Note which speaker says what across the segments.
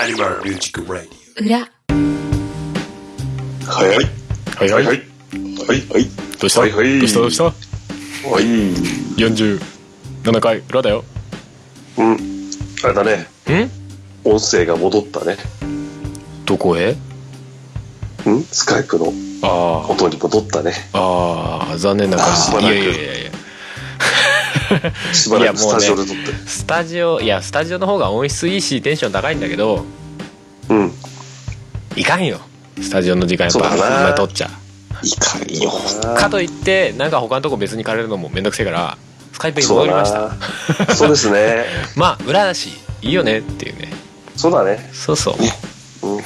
Speaker 1: アニマルミュージックラディ
Speaker 2: 裏
Speaker 3: はいはい。
Speaker 4: はいはい。
Speaker 3: はい。はいはい。
Speaker 4: どうした、
Speaker 3: はいはい
Speaker 4: どうしたどうした
Speaker 3: はい。
Speaker 4: ?47 回裏だよ。
Speaker 3: うん。あれだね。
Speaker 4: ん
Speaker 3: 音声が戻ったね。
Speaker 4: どこへ
Speaker 3: うんスカイプの
Speaker 4: あ
Speaker 3: 音に戻ったね。
Speaker 4: あ、ああ、残念なが
Speaker 3: あーしば
Speaker 4: ら。
Speaker 3: ら
Speaker 4: い
Speaker 3: く
Speaker 4: やいやいやいや。
Speaker 3: しばら
Speaker 4: いやもう
Speaker 3: くス
Speaker 4: ね
Speaker 3: タジオで撮って。
Speaker 4: スタジオ、いや、スタジオの方が音質いいし、テンション高いんだけど、
Speaker 3: うん。
Speaker 4: いかんよ。スタジオの時間やっぱ、
Speaker 3: そうだな
Speaker 4: まあ取っちゃ
Speaker 3: いかんよ。
Speaker 4: う。かといって、なんか他のとこ別に借りるのもめんどくせえから、スカイプに
Speaker 3: そ
Speaker 4: 戻
Speaker 3: う
Speaker 4: りました。
Speaker 3: だな。そうですね。
Speaker 4: まあ、裏だし、いいよねっていうね。
Speaker 3: そうだね。
Speaker 4: そうそう。
Speaker 3: うん。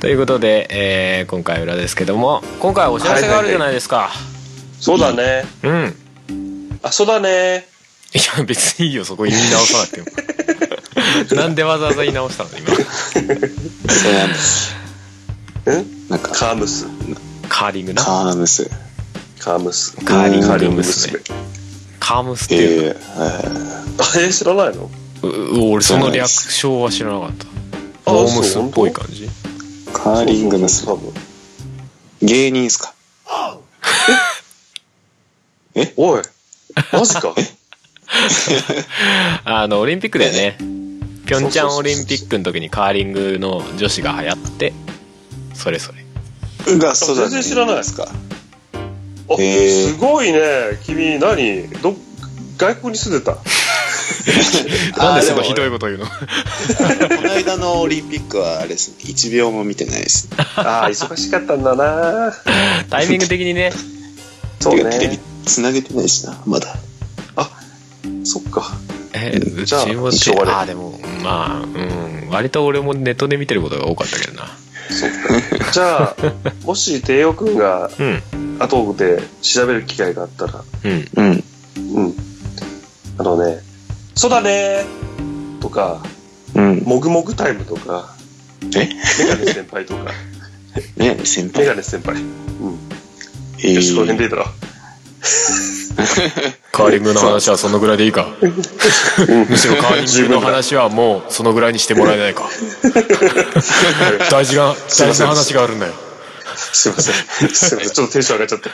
Speaker 4: ということで、えー今回裏ですけども、今回お知らせがあるじゃないですか。
Speaker 3: そうだね。
Speaker 4: うん。
Speaker 3: あ、そうだね。
Speaker 4: いや別にいいよそこ言い直さなくてもなんでわざわざ言い直したの今
Speaker 3: うん
Speaker 5: なんか、
Speaker 3: カームス。
Speaker 4: カーリングな
Speaker 5: カームス。
Speaker 3: カームス。
Speaker 4: カーリング
Speaker 3: カーリング
Speaker 4: 娘
Speaker 3: 娘。
Speaker 4: カームスっていう
Speaker 5: ええ
Speaker 3: あ
Speaker 5: ー、
Speaker 3: れ知らないの
Speaker 4: うう俺その略称は知らなかった
Speaker 3: あ
Speaker 4: ホームスっぽい感じ
Speaker 5: カーリング娘。
Speaker 3: 多分。
Speaker 5: 芸人っすか
Speaker 3: おい。マジ か。
Speaker 4: あのオリンピックだよねピョンチャン
Speaker 3: そ
Speaker 4: オ
Speaker 3: うそうそうそう
Speaker 4: リンピックの時にカーリングの女子が流行ってそれそれ
Speaker 5: が、そうだ、ね、
Speaker 3: 全然知らない
Speaker 5: ですか。
Speaker 3: あ
Speaker 5: へー
Speaker 3: すごいね君何ど外国に住んでた
Speaker 4: なん
Speaker 5: あー
Speaker 4: でその
Speaker 5: も
Speaker 4: ひどいこと言うの
Speaker 5: この間のオリンピックはあれですね、1秒も見てないです。
Speaker 3: ああ忙しかったんだな
Speaker 4: タイミング的にね
Speaker 3: そう
Speaker 5: てかテレビ
Speaker 3: ね
Speaker 5: 繋げてないしな、まだ。
Speaker 3: そっか
Speaker 4: えう
Speaker 3: じゃあ
Speaker 4: ちも
Speaker 3: しょうがない
Speaker 4: ああーでもまあうん割と俺もネットで見てることが多かったけどな
Speaker 3: そっかじゃ あもし帝王君が
Speaker 4: うん
Speaker 3: 後で調べる機会があったら
Speaker 4: うん
Speaker 5: うん。
Speaker 3: うんあのね「そうだね」とか
Speaker 5: うん
Speaker 3: 「もぐもぐタイム」とか
Speaker 5: え
Speaker 3: メガネ先輩とか
Speaker 5: ね、先
Speaker 3: メ
Speaker 5: 輩。
Speaker 3: ガネ先輩
Speaker 5: えー
Speaker 3: よしこの辺でいいだろ
Speaker 4: カーリングの話はそのぐらいでいいかむしろカーリングの話はもうそのぐらいにしてもらえないか大事な大事な話があるんだよ
Speaker 3: すいませんすい ませんちょっとテンション上がっちゃって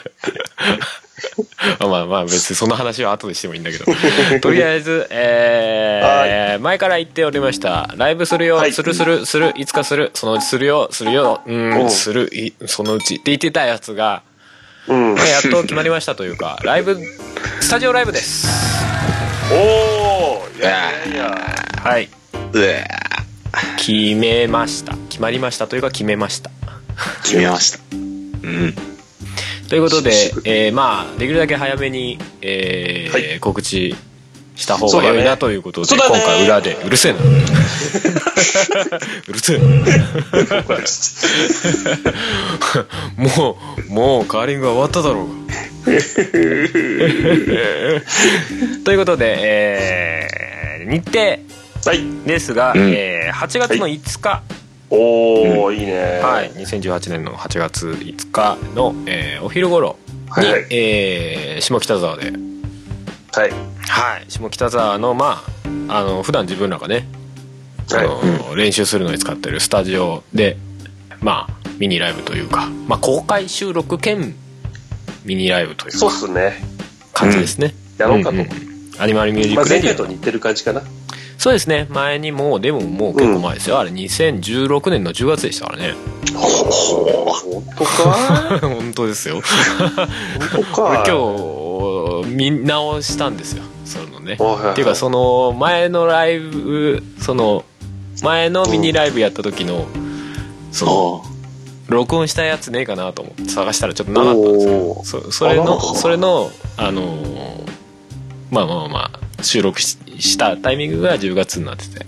Speaker 4: あまあまあ別にその話は後でしてもいいんだけど とりあえず、えー前から言っておりましたライブするよ、
Speaker 3: はい
Speaker 4: するするするいつかするそのうちするよするよう
Speaker 3: お
Speaker 4: ん
Speaker 3: う
Speaker 4: するいそのうちって言ってたやつが、
Speaker 3: うん
Speaker 4: まあ、やっと決まりましたというかライブスタジオライブです
Speaker 3: おおいやいやいや
Speaker 4: はいう
Speaker 5: わ
Speaker 4: 決めました決まりましたというか決めました
Speaker 5: ー決めました。うん。
Speaker 4: ということで
Speaker 3: しし、
Speaker 4: えーまあできるだけ早めに、えー
Speaker 3: はい
Speaker 4: 告知した方
Speaker 3: そう
Speaker 4: が
Speaker 3: だね
Speaker 4: 良いなということで、
Speaker 3: そうだ
Speaker 4: 今
Speaker 3: ね
Speaker 4: 回裏でう るせえなうるせえ なもうもうカーリングは終わっただろう がということで、えー日程
Speaker 3: はい
Speaker 4: ですが、
Speaker 5: うん
Speaker 4: えー8月の5日、
Speaker 3: おお、いいね
Speaker 4: はい2018年の8月5日の、えーお昼頃
Speaker 3: は
Speaker 4: に、
Speaker 3: い
Speaker 4: えー下北沢で
Speaker 3: はい
Speaker 4: はい、下北沢のまああの普段自分らがね、
Speaker 3: はい
Speaker 4: あの練習するのに使ってるスタジオでまあミニライブというか、まあ、公開収録兼ミニライブという
Speaker 3: そうっすね
Speaker 4: 感じですね、
Speaker 3: やろうかと、
Speaker 4: んんアニマルミュージ
Speaker 3: ま
Speaker 4: ッ
Speaker 3: あ、
Speaker 4: ク
Speaker 3: 前
Speaker 4: レデ
Speaker 3: 回
Speaker 4: ィ
Speaker 3: と
Speaker 4: オの
Speaker 3: 似てる感じかな
Speaker 4: そうですね前にもうでももう結構前ですよ、あれ2016年の10月でしたからね
Speaker 3: 本当か
Speaker 4: 本当ですよ
Speaker 3: 本当か
Speaker 4: 今日見直したんですよその
Speaker 3: はいは
Speaker 4: ね
Speaker 3: いはい
Speaker 4: っていうかその前のライブその前のミニライブやった時のその
Speaker 5: おう
Speaker 4: 録音したやつねえかなと思って探したらちょっとなかったんですけ
Speaker 3: お
Speaker 4: ど
Speaker 3: ー
Speaker 4: そそれ
Speaker 3: あな
Speaker 4: の
Speaker 3: かった
Speaker 4: それのあのーまあまあまあ収録ししたタイミングが10月になってて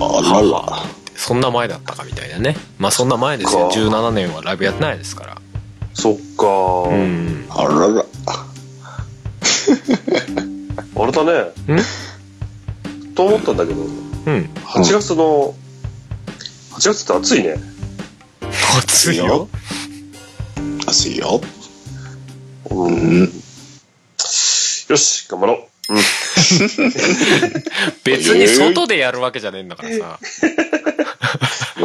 Speaker 5: あらら。
Speaker 4: そんな前だったかみたいなねまあそんな前です
Speaker 3: そ
Speaker 4: よ
Speaker 3: っか
Speaker 4: 17年はライブやってないですから
Speaker 3: そっか、
Speaker 4: うん
Speaker 5: あらら。
Speaker 3: あれだねと思ったんだけど
Speaker 4: うん
Speaker 3: 8月の8月って暑いね
Speaker 4: 暑いよ
Speaker 5: 熱いよ。
Speaker 3: う
Speaker 5: うんん。
Speaker 3: よし頑張ろう
Speaker 4: 別に外でやるわけじゃねえんだからさ。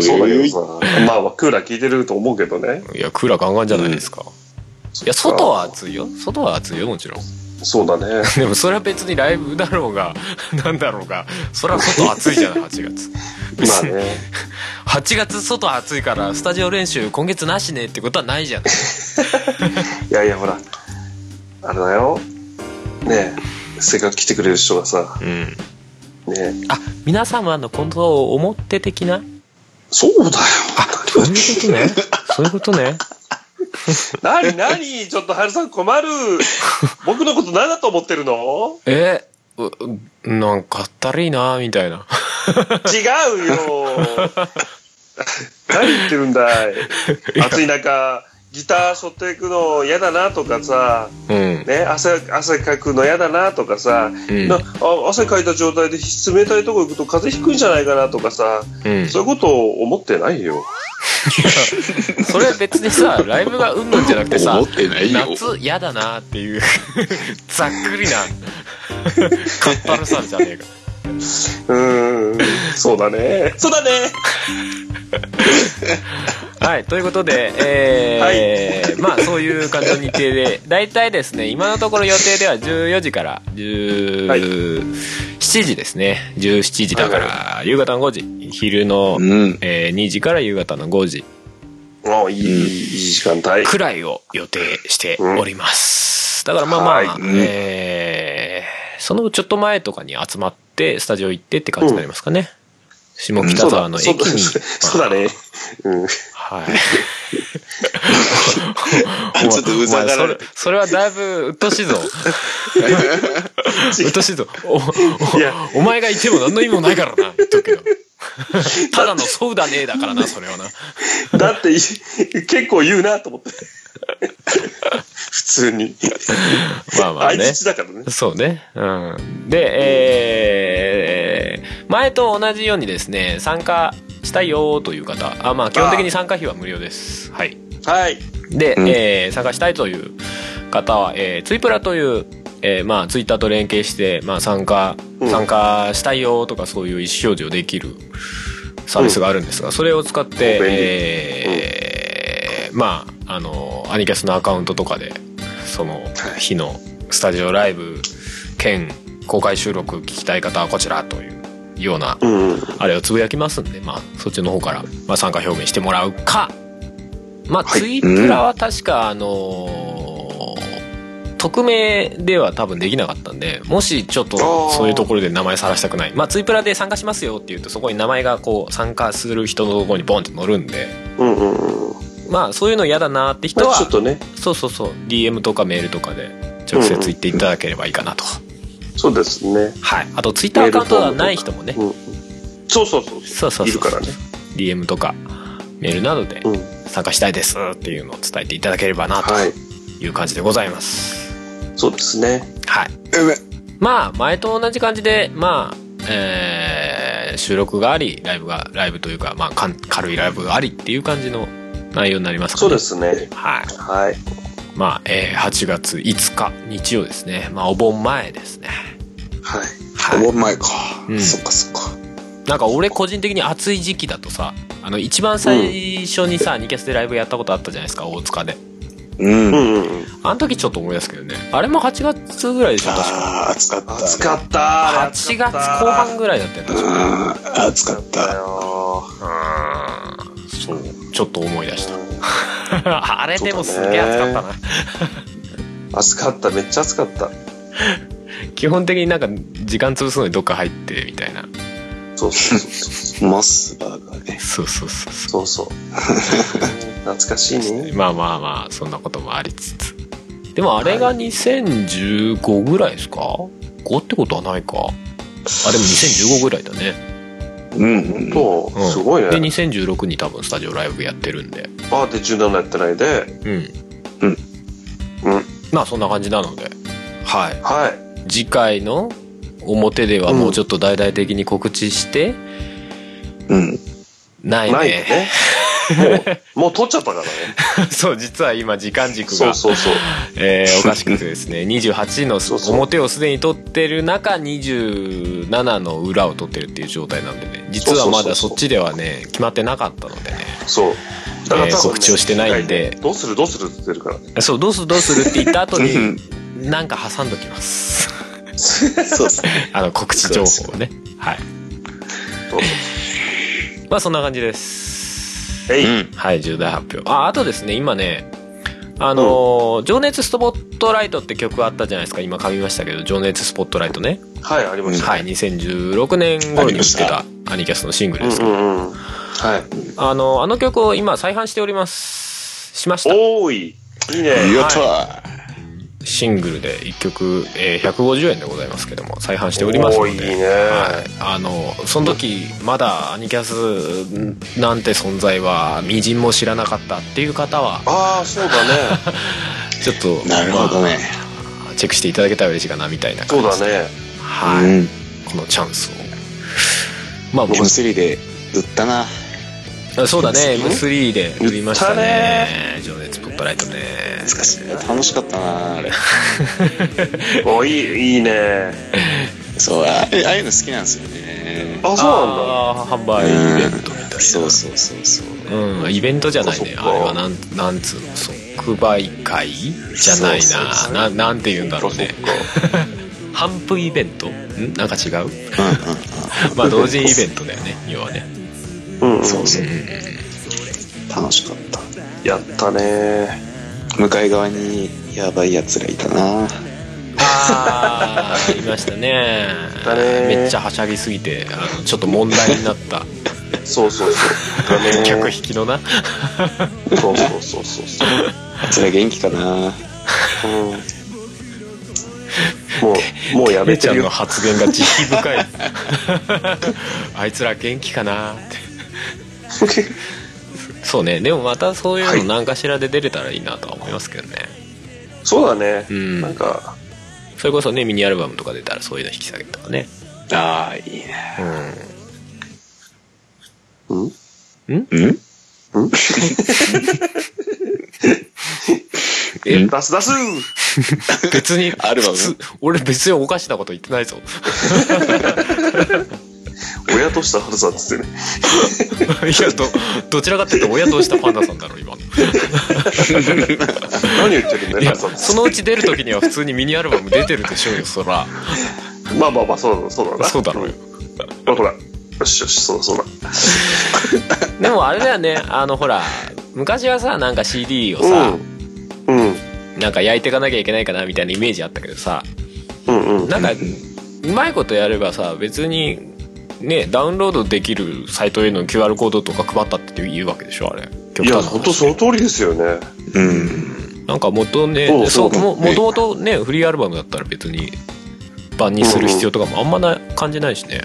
Speaker 3: そうだけどさ。まあまあ、クーラー効いてると思うけどね。
Speaker 4: いや、クーラーガンガンじゃないですか。いや、外は暑いよ。外は暑いよ、もちろん。
Speaker 3: そうだね。
Speaker 4: でもそれは別にライブだろうが、 なんだろうが、それは外暑いじゃない、8月。
Speaker 3: まあ ね。
Speaker 4: 8月外暑いから、スタジオ練習今月なしねってことはないじゃない。
Speaker 3: いやいや、ほら。あれだよ。ねえ、せっかく来てくれる人がさ、
Speaker 4: うん。
Speaker 3: ねえ、
Speaker 4: あ、皆様のことを思って的な
Speaker 3: そう だよ。
Speaker 4: そういうことね。そういうことね。
Speaker 3: なになにちょっと春さん困る。僕のこと何だと思ってるの
Speaker 4: え、うなんかあったりいな、みたいな。
Speaker 3: 違う よ。何言ってるんだい。暑い中、ギター背負っていくの嫌だなとかさ、
Speaker 4: うん。
Speaker 3: ね、汗、汗かくの嫌だなとかさ、
Speaker 4: うん
Speaker 3: なあ汗かいた状態で冷たいとこ行くと風邪ひくんじゃないかなとかさ、
Speaker 4: うん。
Speaker 3: そういうことを思ってないよ。
Speaker 4: それは別にさ、ライブがうんぬんじゃなくてさ
Speaker 5: 思、ってないよ。
Speaker 4: 夏嫌だなっていう、 ざっくりな、かっぱるさんじゃねえか。
Speaker 3: うーん、そうだね。 そうだね。
Speaker 4: はい、ということで、えーまあそういう感じの日程で、大体ですね、今のところ予定では14時から
Speaker 3: はい
Speaker 4: 17時ですね、17時だから、夕方の5時、昼の、
Speaker 5: うん。
Speaker 4: えー2時から夕方の5時
Speaker 3: もういい、いい時間帯。
Speaker 4: くらいを予定しております。だからまあまあ、
Speaker 5: はいうん
Speaker 4: えーそのちょっと前とかに集まって、スタジオ行ってって感じになりますかね。下北沢の駅
Speaker 3: そうだ
Speaker 4: に。
Speaker 3: そうだね。うん。
Speaker 4: はい。
Speaker 5: あちょっとうざがられ
Speaker 4: お前それそれはだいぶ鬱陶しいぞ。鬱陶しいぞ。
Speaker 3: いや
Speaker 4: おおお前がいても何の意味もないからな、言っとくけど。ただのそうだねえだからな、それはな。
Speaker 3: だってい、結構言うなと思って。普通に。
Speaker 4: まあまあ
Speaker 3: 相
Speaker 4: ね
Speaker 3: づ。ちだからね。
Speaker 4: そうね。うん。で、えー前と同じようにですね、参加したいよーという方、あ、まあ基本的に参加費は無料です。はい。
Speaker 3: はい。
Speaker 4: で、
Speaker 5: うん
Speaker 4: えー参加したいという方は、えーツイプラという、えーまあ、ツイッターと連携して、まあ、参加、
Speaker 3: うん
Speaker 4: 参加したいよとかそういう意思表示をできるサービスがあるんですが、それを使って、
Speaker 3: お便利
Speaker 4: えーまあ、あの、アニキャスのアカウントとかで、その日のスタジオライブ兼公開収録聞きたい方はこちらというような
Speaker 3: うん。
Speaker 4: あれをつぶやきますんで、まあ、そっちの方から、まあ、参加表明してもらうか、まあ、ツイッターは確か、あのー匿名では多分できなかったんで、もしちょっと
Speaker 3: あー
Speaker 4: そういうところで名前晒したくない。まあ、ツイプラで参加しますよって言うと、そこに名前がこう、参加する人のところにボンって乗るんで、
Speaker 3: うんうんうん。
Speaker 4: まあ、そういうの嫌だなって人
Speaker 3: ま
Speaker 4: は
Speaker 3: あ、ちょっとね、
Speaker 4: そうそうそう、DM とかメールとかで直接言っていただければいいかなと。
Speaker 3: そうですね。
Speaker 4: はい。あと、ツイッターアカウントがない人もね、
Speaker 3: うん。そうそうそう。
Speaker 4: そうそうそう
Speaker 3: いるからね。
Speaker 4: DM とかメールなどで
Speaker 3: うん。
Speaker 4: 参加したいですっていうのを伝えていただければなと
Speaker 3: はい。
Speaker 4: いう感じでございます
Speaker 3: そうですね。
Speaker 4: はい
Speaker 5: やべ
Speaker 4: まあ前と同じ感じでまあえー収録がありライブがライブというか、まあ、かん軽いライブがありっていう感じの内容になりますかね
Speaker 3: そうですね。
Speaker 4: はい
Speaker 3: はい。
Speaker 4: まあ、えー8月5日日曜ですねまあお盆前ですね
Speaker 3: はい。
Speaker 5: お
Speaker 4: はい
Speaker 5: 盆前か
Speaker 4: うん。
Speaker 5: そっかそっか。
Speaker 4: なんか俺個人的に暑い時期だとさあの一番最初にさ、ニキャスでライブやったことあったじゃないですか大塚で
Speaker 5: うん
Speaker 3: う。んうんうん。
Speaker 4: あの時ちょっと思い出すけどねあれも8月ぐらいでしょ確か
Speaker 5: ああ、暑かった。
Speaker 3: 暑かった。あれ
Speaker 4: 8月後半ぐらいだったよ確か
Speaker 5: うん。暑かっ
Speaker 3: 暑かった
Speaker 5: た。
Speaker 3: よ。
Speaker 4: そうちょっと思い出し
Speaker 3: う
Speaker 4: た
Speaker 3: ん
Speaker 4: あれでもすげえ暑かったな、
Speaker 3: 暑かった。めっちゃ暑かった。
Speaker 4: 基本的になんか時間潰すのにどっか入ってみたいな
Speaker 3: そうそうそう。
Speaker 5: モスバーガーね。
Speaker 4: そうそうそうそ
Speaker 3: そう そう。懐かしいね
Speaker 4: う。まあまあまあそんなこともありつつでもあれが2015ぐらいですか5ってことはないかあでも2015ぐらいだね
Speaker 5: うんうん。
Speaker 3: そうう、
Speaker 4: ん
Speaker 3: すごい
Speaker 4: で
Speaker 3: ね。
Speaker 4: 2016に多分スタジオライブやってるんで
Speaker 3: あーで17やってないで。
Speaker 4: うん
Speaker 3: うん。
Speaker 4: まあそんな感じなのではい
Speaker 3: はい。
Speaker 4: 次回の表ではもうちょっと大々的に告知して、
Speaker 5: うん。
Speaker 4: ないね
Speaker 3: ないね。もう、もう取っちゃったからね。
Speaker 4: そう、実は今時間軸
Speaker 3: そ
Speaker 4: が
Speaker 3: う、そうそう。
Speaker 4: えーおかしくてです ね、28の
Speaker 3: そうそう
Speaker 4: 表をすでに取ってる中、27の裏を取ってるっていう状態なんでね、実はまだそっちではね、決まってなかったのでね。
Speaker 3: そう。だから多分ね
Speaker 4: えー告知をしてないんで
Speaker 3: 一回ねどうするどうするって言ってるからね。
Speaker 4: そう、どうするどうするって言った後
Speaker 5: う
Speaker 4: に
Speaker 5: ん、
Speaker 4: なんか挟んど きます。
Speaker 5: そうっすね。
Speaker 4: あの、告知情報をね。はい。
Speaker 3: どうぞ
Speaker 4: まあ、そんな感じです。
Speaker 3: え
Speaker 5: う
Speaker 3: い。
Speaker 5: ん。
Speaker 4: はい、重大発表。あ、あとですね、今ね、あのー情熱スポットライト」って曲あったじゃないですか今噛みましたけど「情熱スポットライトね」
Speaker 3: はい、ありました。
Speaker 4: はい、2016年頃に売ってたアニキャストのシングル
Speaker 3: うん
Speaker 4: ですけど、
Speaker 3: うんうん。はい。
Speaker 4: あのあの曲を今再販しておりますしました
Speaker 3: おーい。いいね。
Speaker 5: やった
Speaker 4: シングルで1曲、えー150円でございますけども再販しておりますので
Speaker 3: おーいいね
Speaker 4: はい、あのその時まだアニキャスなんて存在はみじんも知らなかったっていう方は
Speaker 3: ああ、そうだね。
Speaker 4: ちょっと
Speaker 5: ーなるほどね。
Speaker 4: まあチェックしていただけたら嬉しいかなみたいな
Speaker 3: そ
Speaker 4: 感
Speaker 3: う
Speaker 4: じです
Speaker 3: だね。
Speaker 4: はい、
Speaker 5: うん。
Speaker 4: このチャンスをまあ僕
Speaker 5: M3 で売ったな。
Speaker 4: あそうだね
Speaker 3: うん
Speaker 4: M3 で売りましたね情熱ポットライトね
Speaker 5: 懐かしい。楽しかったな、あれ。
Speaker 3: おーいい、いいね。
Speaker 5: そう、あえああいうの好きなんですよね。
Speaker 3: あ、そ
Speaker 4: あー販売イベントみたいな
Speaker 5: そうそうそうそう。
Speaker 4: うんイベントじゃないね
Speaker 3: そっかそっか
Speaker 4: あれはなんなんつうの即売会じゃない
Speaker 5: そうそう
Speaker 4: な
Speaker 5: そう
Speaker 4: ななんて言うんだろうね
Speaker 3: そっか
Speaker 4: 半分イベントんなんか違 う
Speaker 5: うんうんうん。
Speaker 4: まあ同時イベントだよね要はね
Speaker 3: うなんだ。うん。
Speaker 5: そうそう
Speaker 4: うん。うん
Speaker 5: 楽しかった。
Speaker 3: やったね。
Speaker 5: 向かい側にやばい奴らいたな。
Speaker 4: ああいましたね
Speaker 3: だね
Speaker 4: めっちゃはしゃぎすぎてあのちょっと問題になった
Speaker 3: そうそうそう。だね。
Speaker 4: 客引きのな
Speaker 3: そうそうそうそうそう。
Speaker 5: 奴ら元気かな。
Speaker 3: うんもう、もうやめ
Speaker 4: め
Speaker 3: て
Speaker 4: ちゃん
Speaker 3: る
Speaker 4: の
Speaker 3: よ。
Speaker 4: 発言が慈悲 深いあいつら元気かなってそうねでもまたそういう
Speaker 3: は
Speaker 4: の
Speaker 3: い
Speaker 4: 何かしらで出れたらいいなとは思いますけどね、
Speaker 3: そうだね。
Speaker 4: うん
Speaker 3: なんか、
Speaker 4: それこそねミニアルバムとか出たらそういうの引き下げとかね
Speaker 5: ああ、いいね。
Speaker 3: うん
Speaker 5: うん
Speaker 3: え、出す出す
Speaker 4: 別に
Speaker 5: アルバム
Speaker 4: 普通俺別におかしなこと言ってないぞ
Speaker 3: 親とした春さんっつって ね。
Speaker 4: いやどどちらかっていうと親としたパンダさんだろ 今の
Speaker 3: 何言ってるんだよ、
Speaker 4: いや
Speaker 3: 春さんっつ
Speaker 4: そのうち出る時には普通にミニアルバム出てるでしょうよそ ら
Speaker 3: ってまあまあまあ、そうだ、そうだな。
Speaker 4: そうだろうよ
Speaker 3: ほらほら。よしよし、そうだ、そうだ。
Speaker 4: でもあれだよねあのほら昔はさなんか CD をさ、
Speaker 3: うん。うん。
Speaker 4: なんか焼いていかなきゃいけないかなみたいなイメージあったけどさ
Speaker 3: うんうん。
Speaker 4: なんかうまいことやればさ別にねダウンロードできるサイトへの QR コードとか配ったって言うわけでしょあ
Speaker 3: い
Speaker 4: れ
Speaker 3: や、
Speaker 4: な
Speaker 3: 本当
Speaker 4: 話
Speaker 3: その通りですよね。
Speaker 5: うん。
Speaker 4: なんか元ね
Speaker 3: そう
Speaker 4: そう
Speaker 5: そう
Speaker 4: ももともとねフリーアルバムだったら別に版にする必要とかもあんまな感じないしね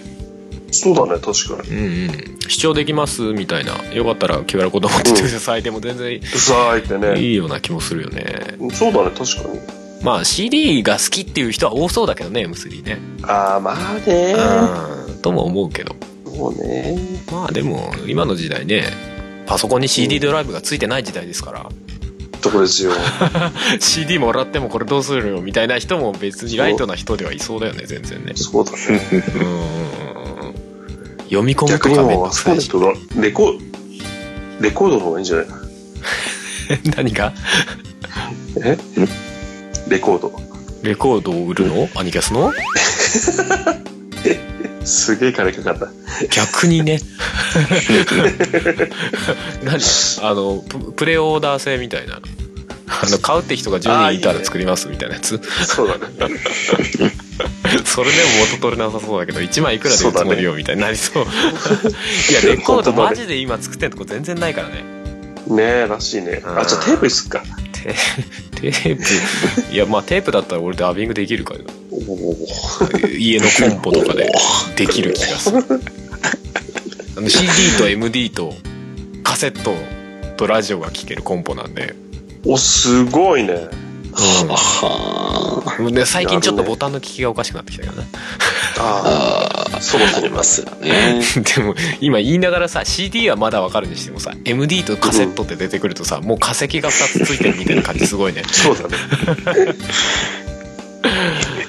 Speaker 3: そうだね、確かに。
Speaker 4: うんうん視聴できますみたいなよかったら QR コード持ってってくださいでも全然
Speaker 3: うさーいってね。
Speaker 4: いいような気もするよね
Speaker 3: そうだね、確かに。
Speaker 4: まあ CD が好きっていう人は多そうだけどね M3 ね
Speaker 3: あー、まあね
Speaker 4: うんとも思うけど
Speaker 3: そうね
Speaker 4: まあでも今の時代ねパソコンに CD ドライブがついてない時代ですから、
Speaker 3: とこですよ。
Speaker 4: CD もらってもこれどうするよみたいな人も別にライトな人ではいそうだよね全然ね
Speaker 3: そうだね。
Speaker 4: うんうんうん読み込む
Speaker 3: 逆
Speaker 4: と
Speaker 3: に
Speaker 4: かめん
Speaker 3: もう、
Speaker 4: ど
Speaker 3: あ
Speaker 4: く
Speaker 3: そこ
Speaker 4: さ
Speaker 3: ま
Speaker 4: い
Speaker 3: で
Speaker 4: し
Speaker 3: とらレコ、レコードの方がいいんじゃない
Speaker 4: 何が
Speaker 3: えレコード。
Speaker 4: レコードを売るのアニキャスの
Speaker 3: すげえ金かかった。
Speaker 4: 逆にね 何あのププレオーダー制みたいなあの買うって人が10人いたら作りますみたいなやつ
Speaker 3: そうだね。
Speaker 4: それでも元取れなさそうだけど1枚いくらで売るつもりよみたいになり そういやレコードマジで今作ってんとこ全然ないからね
Speaker 3: ねえ、らしいね。あ、じゃあテープにすっか。
Speaker 4: テテープいやまあテープだったら俺ダビングできるから
Speaker 3: おお。
Speaker 4: 家のコンポとかでできる気がするあの CD と MD とカセットとラジオが聴けるコンポなんで
Speaker 3: お、すごいね。
Speaker 5: は
Speaker 4: うんで最近ちょっとボタンの利きがおかしくなってきたけどね
Speaker 3: あ
Speaker 5: ああ、
Speaker 3: そろそろ
Speaker 5: ありますよね。
Speaker 4: でも今言いながらさ CD はまだわかるにしてもさ MD とカセットって出てくるとさもう化石が2つついてるみたいな感じす ごいね
Speaker 3: あ、そうだね。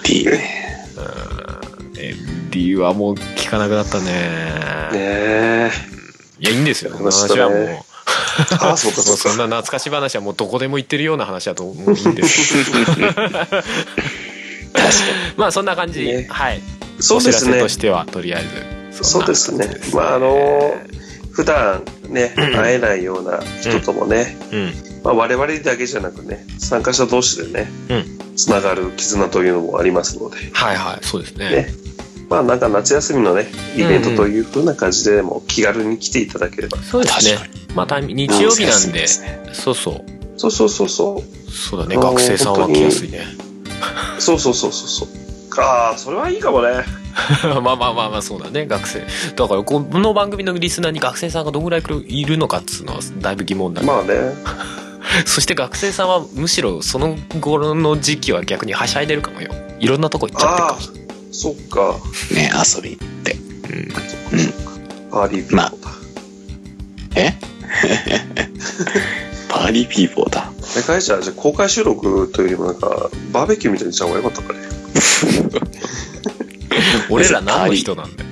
Speaker 5: MD ね。
Speaker 4: MD はもう聞かなくなった
Speaker 3: ね
Speaker 4: ね
Speaker 3: え。
Speaker 4: いやいいんですよ
Speaker 3: な
Speaker 4: こ
Speaker 3: く
Speaker 4: の
Speaker 3: なっちゃったね
Speaker 4: 話はもう
Speaker 3: ああ、そうか、
Speaker 4: もう
Speaker 3: そ
Speaker 4: そ
Speaker 3: うんか。
Speaker 4: な懐かし話はもうどこでも言ってるような話だと思うんです よまあそんな感じ、
Speaker 3: ね
Speaker 4: はい
Speaker 3: そうです
Speaker 4: お知らせ
Speaker 3: ね
Speaker 4: と。してはとりあえず
Speaker 3: そ
Speaker 4: ん
Speaker 3: う
Speaker 4: な
Speaker 3: ですね
Speaker 4: 感じ。
Speaker 3: まあ、あの、普段ね、会えないような人ともね、
Speaker 4: うん
Speaker 3: まあ、我々だけじゃなくね、参加者同士でね、つながる絆というのもありますので、
Speaker 4: はいはいそうですね
Speaker 3: ねまあ、なんか夏休みのね、イベントというふうな感じでも気軽に来ていただければ。
Speaker 4: そうですねまあタイミング日曜日なんでそうそう
Speaker 3: そうそうそうそ
Speaker 4: そうだね
Speaker 3: あの
Speaker 4: 学生さんは来やすいね
Speaker 3: う。そうそうそうそうそう。ああ、それはいいかもね。
Speaker 4: まあまあまあまあそうだね学生だからこの番組のリスナーに学生さんがどんぐらいいるのかっつうのはだいぶ疑問だけど、
Speaker 3: まあね。
Speaker 4: そして学生さんはむしろその頃の時期は逆にはしゃいでるかもよいろんなとこ行っちゃってる
Speaker 3: あ
Speaker 4: か
Speaker 3: あ、そっか。
Speaker 5: ね、遊び。
Speaker 3: パーリーピーポーだ。
Speaker 5: えパーリーピーポーだ。
Speaker 3: あれかいじゃあ、じゃあ公開収録というよりもなんか、バーベキューみたいにした方がよかったかね。
Speaker 4: も俺ら何の人 なんだよ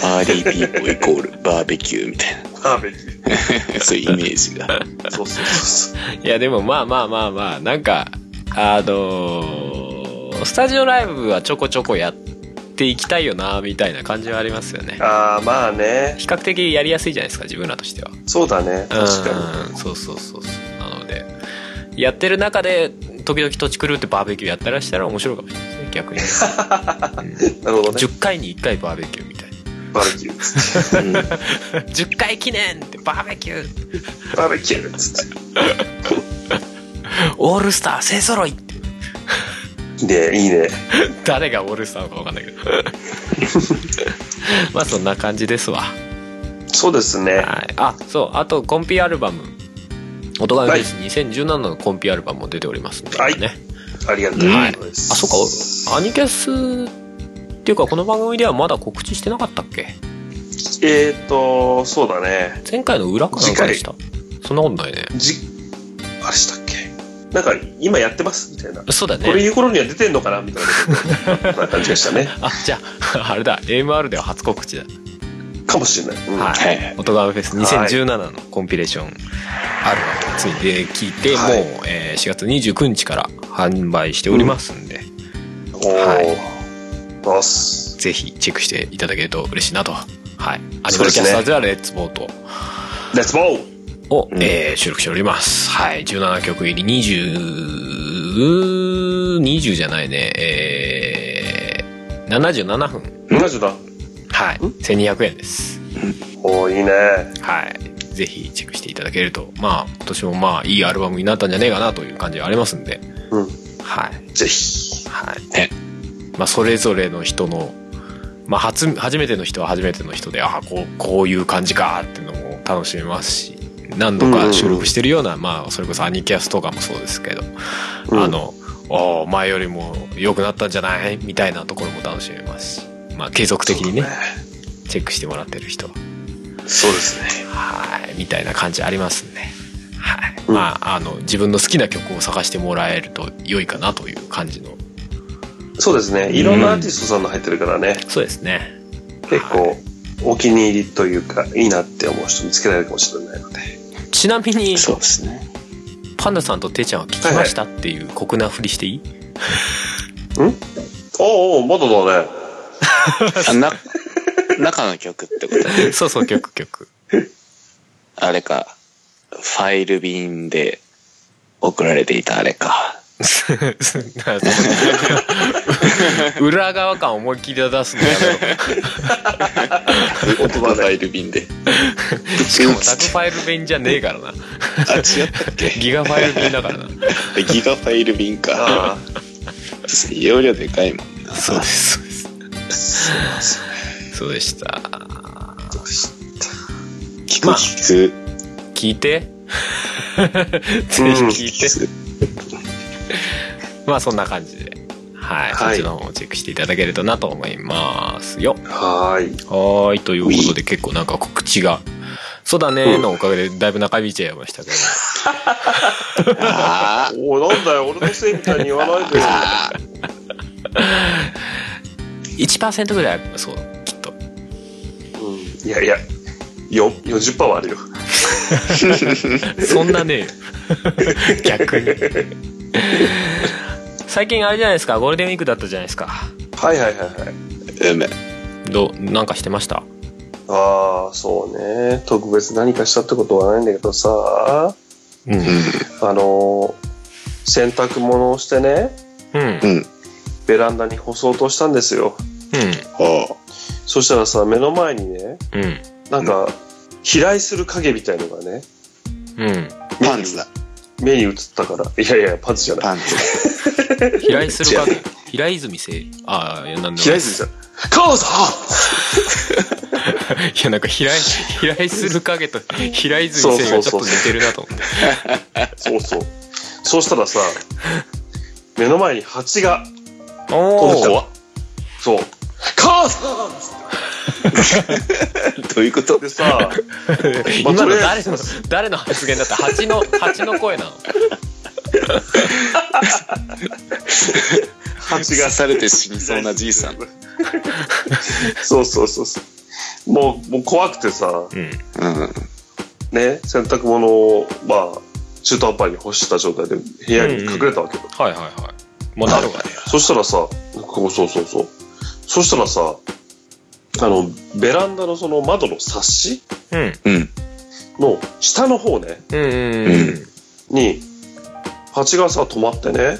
Speaker 5: パーリーピーポーイコールバーベキューみたい
Speaker 3: バーベキュ
Speaker 5: な、そういうイメージが。
Speaker 3: ー。そうそうそうそう。
Speaker 4: いやでもまあまあまあまあなんかあのースタジオライブはちょこちょこやっていきたいよなみたいな感じはありますよね
Speaker 3: ああ、まあね。
Speaker 4: 比較的やりやすいじゃないですか自分らとしては
Speaker 3: そうだね。確か
Speaker 4: うんそうそうそうそうなのでやってる中で時々土地狂ってバーベキューやったらしたら面白いかもしれないですね 逆に、うん
Speaker 3: に。なるほどね。
Speaker 4: 10回に1回バーベキューみたい
Speaker 3: バーベキューっつって。
Speaker 5: うん
Speaker 4: な 10回記念ってバーベキュー
Speaker 3: バーベキューっつっ
Speaker 4: オールスター勢ぞろいって
Speaker 3: て。ねいいね。
Speaker 4: 誰がオールスターか分かんないけど まあそんな感じですわ
Speaker 3: そうですね。
Speaker 4: はい、あそうあとコンピアルバム「音がです、2017のコンピアルバムも出ておりますんで、
Speaker 3: はい
Speaker 4: ね、
Speaker 3: ありがとうございます。
Speaker 4: あそうかアニキャスっていうかこの番組ではまだ告知してなかったっけ
Speaker 3: えっ、ー、と、そうだね。
Speaker 4: 前回の裏かなんかでしたそんなことないね
Speaker 3: じ、あれしたっけなんか、今やってますみたいな。
Speaker 4: そうだ
Speaker 3: これ
Speaker 4: ね
Speaker 3: 言う頃には出てんのかなみたいなな感じがしたね。
Speaker 4: あじゃあ あれだ AMR では初告知だ、
Speaker 3: かもしれない。うん
Speaker 4: は
Speaker 5: はいい
Speaker 4: 音がフェス2017のコンピレーションアルバムがついて聞いて、
Speaker 3: はい
Speaker 4: もう、えー4月29日から販売しておりますんで、
Speaker 3: おー。はす。
Speaker 4: ぜひチェックしていただけると嬉しいなと。はい。アニ
Speaker 3: そう
Speaker 4: マル
Speaker 3: で
Speaker 4: キ
Speaker 3: す
Speaker 4: ャ
Speaker 3: ね
Speaker 4: スターズはレッツボート
Speaker 3: レッツボー
Speaker 4: を、
Speaker 5: うん
Speaker 4: えー収録しております。はい。17曲入り20、20じゃないね、えー、77分。
Speaker 3: !70 だ。
Speaker 4: はい。1200円です。
Speaker 3: おー、いいね。
Speaker 4: はい。ぜひチェックしていただけると、まあ、今年もまあ、いいアルバムになったんじゃねえかなという感じはありますんで、
Speaker 3: うん。
Speaker 4: はい。
Speaker 3: ぜひ。
Speaker 4: はい。
Speaker 5: ね
Speaker 4: まあ、それぞれの人の、まあ、初、初めての人は初めての人で、ああ、こう、こういう感じかっていうのも楽しめますし、何度か収録してるような、まあ、それこそアニキャスとかもそうですけど、
Speaker 3: うん
Speaker 4: あの、おー前よりも良くなったんじゃないみたいなところも楽しめますし、まあ、継続的にね、チェックしてもらってる人は、
Speaker 3: そうですね。
Speaker 4: はい、みたいな感じありますね。はい。
Speaker 3: うん
Speaker 4: まあ、あの、自分の好きな曲を探してもらえると良いかなという感じの、
Speaker 3: そうですね。いろんなアーティストさんの入ってるからね、
Speaker 4: そうですね。
Speaker 3: 結構、お気に入りというか、いいなって思う人見つけられるかもしれないので。
Speaker 4: ちなみに、
Speaker 5: そうですね。
Speaker 4: パンダさんとていちゃんは聞きましたっていう酷なふりしていい、
Speaker 3: おうおう、まだだね。
Speaker 5: あな、中の曲ってこと
Speaker 4: そうそう、曲曲。
Speaker 5: あれか。ファイル便で送られていたあれか。
Speaker 4: 裏側感思いっきり出すのやめろ
Speaker 5: 言葉ファイル便で。
Speaker 4: しかもタグファイル便じゃねえからな。
Speaker 5: あ、違ったっけ
Speaker 4: ギガファイル便だからな。
Speaker 5: ギガファイル便か。
Speaker 3: あ
Speaker 5: 容量でかいもんな。
Speaker 4: そうです、そうで
Speaker 3: あ、
Speaker 4: す。
Speaker 3: そうなんですよね。
Speaker 4: そうでした。
Speaker 3: どうし
Speaker 5: 聞
Speaker 4: まあ
Speaker 5: く聞く。
Speaker 4: 聞いてぜひ聞いて。まあそんな感じで、はい、
Speaker 3: はい
Speaker 4: そっちの方もチェックしていただけるとなと思いますよ。
Speaker 3: はーい。
Speaker 4: はーい、ということで結構なんか告知が、そうだねーのおかげでだいぶ中引いちゃいましたけど。
Speaker 5: あー
Speaker 3: おなんだよ、俺のせいみたいに言わないでよ。
Speaker 5: あー
Speaker 4: 1%ぐらいはそうきっと
Speaker 3: うん いやいや、よ40%はあるよ。
Speaker 4: そんな ね逆に最近あれじゃないですかゴールデンウィークだったじゃないですか
Speaker 3: はいはいはいはい。
Speaker 5: うめ
Speaker 4: どうなんかしてました
Speaker 3: ああ、そうね。特別何かしたってことはないんだけどさ、
Speaker 4: うん
Speaker 3: あの、洗濯物をしてね、
Speaker 4: うん
Speaker 5: うんうん
Speaker 3: ベランダに干そうとしたんですよ。
Speaker 5: おう
Speaker 3: そしたらさ、目の前にね、
Speaker 4: うん
Speaker 3: なんか、飛来する影みたいのがね、
Speaker 4: うん
Speaker 5: パンツだ
Speaker 3: 目に映ったから。いやいや、パンツじゃない。
Speaker 5: パンツ
Speaker 4: 平井するか平泉聖ああいやなんでも
Speaker 3: 平
Speaker 4: ない
Speaker 3: 泉さん。母さ
Speaker 4: いやなんか平井平井する影 と平泉聖がちょっと似てるなと思って
Speaker 3: んそうそう。そうしたらさ、目の前に蜂が飛んできた
Speaker 4: お
Speaker 3: のそう。母さん
Speaker 5: どういうこと
Speaker 3: でさ、
Speaker 4: ー 今の誰の誰の発言だった蜂の蜂の声なの
Speaker 3: 蜂が
Speaker 5: 刺されて死にそうなじいさん。
Speaker 3: そうそうそうそう。もう、もう怖くてさ、
Speaker 4: うん
Speaker 5: うん
Speaker 3: ね、洗濯物を、まあ、中途半端に干した状態で部屋に隠れたわけよ。
Speaker 4: はいはいはいまあなるわね
Speaker 3: そしたらさ、こうそうそうそう。そしたらさ、あの、ベランダのその窓のサッシ
Speaker 4: うん
Speaker 5: うん
Speaker 3: の下の方ね、
Speaker 4: うんうん
Speaker 3: に、蜂がさ、止まってね、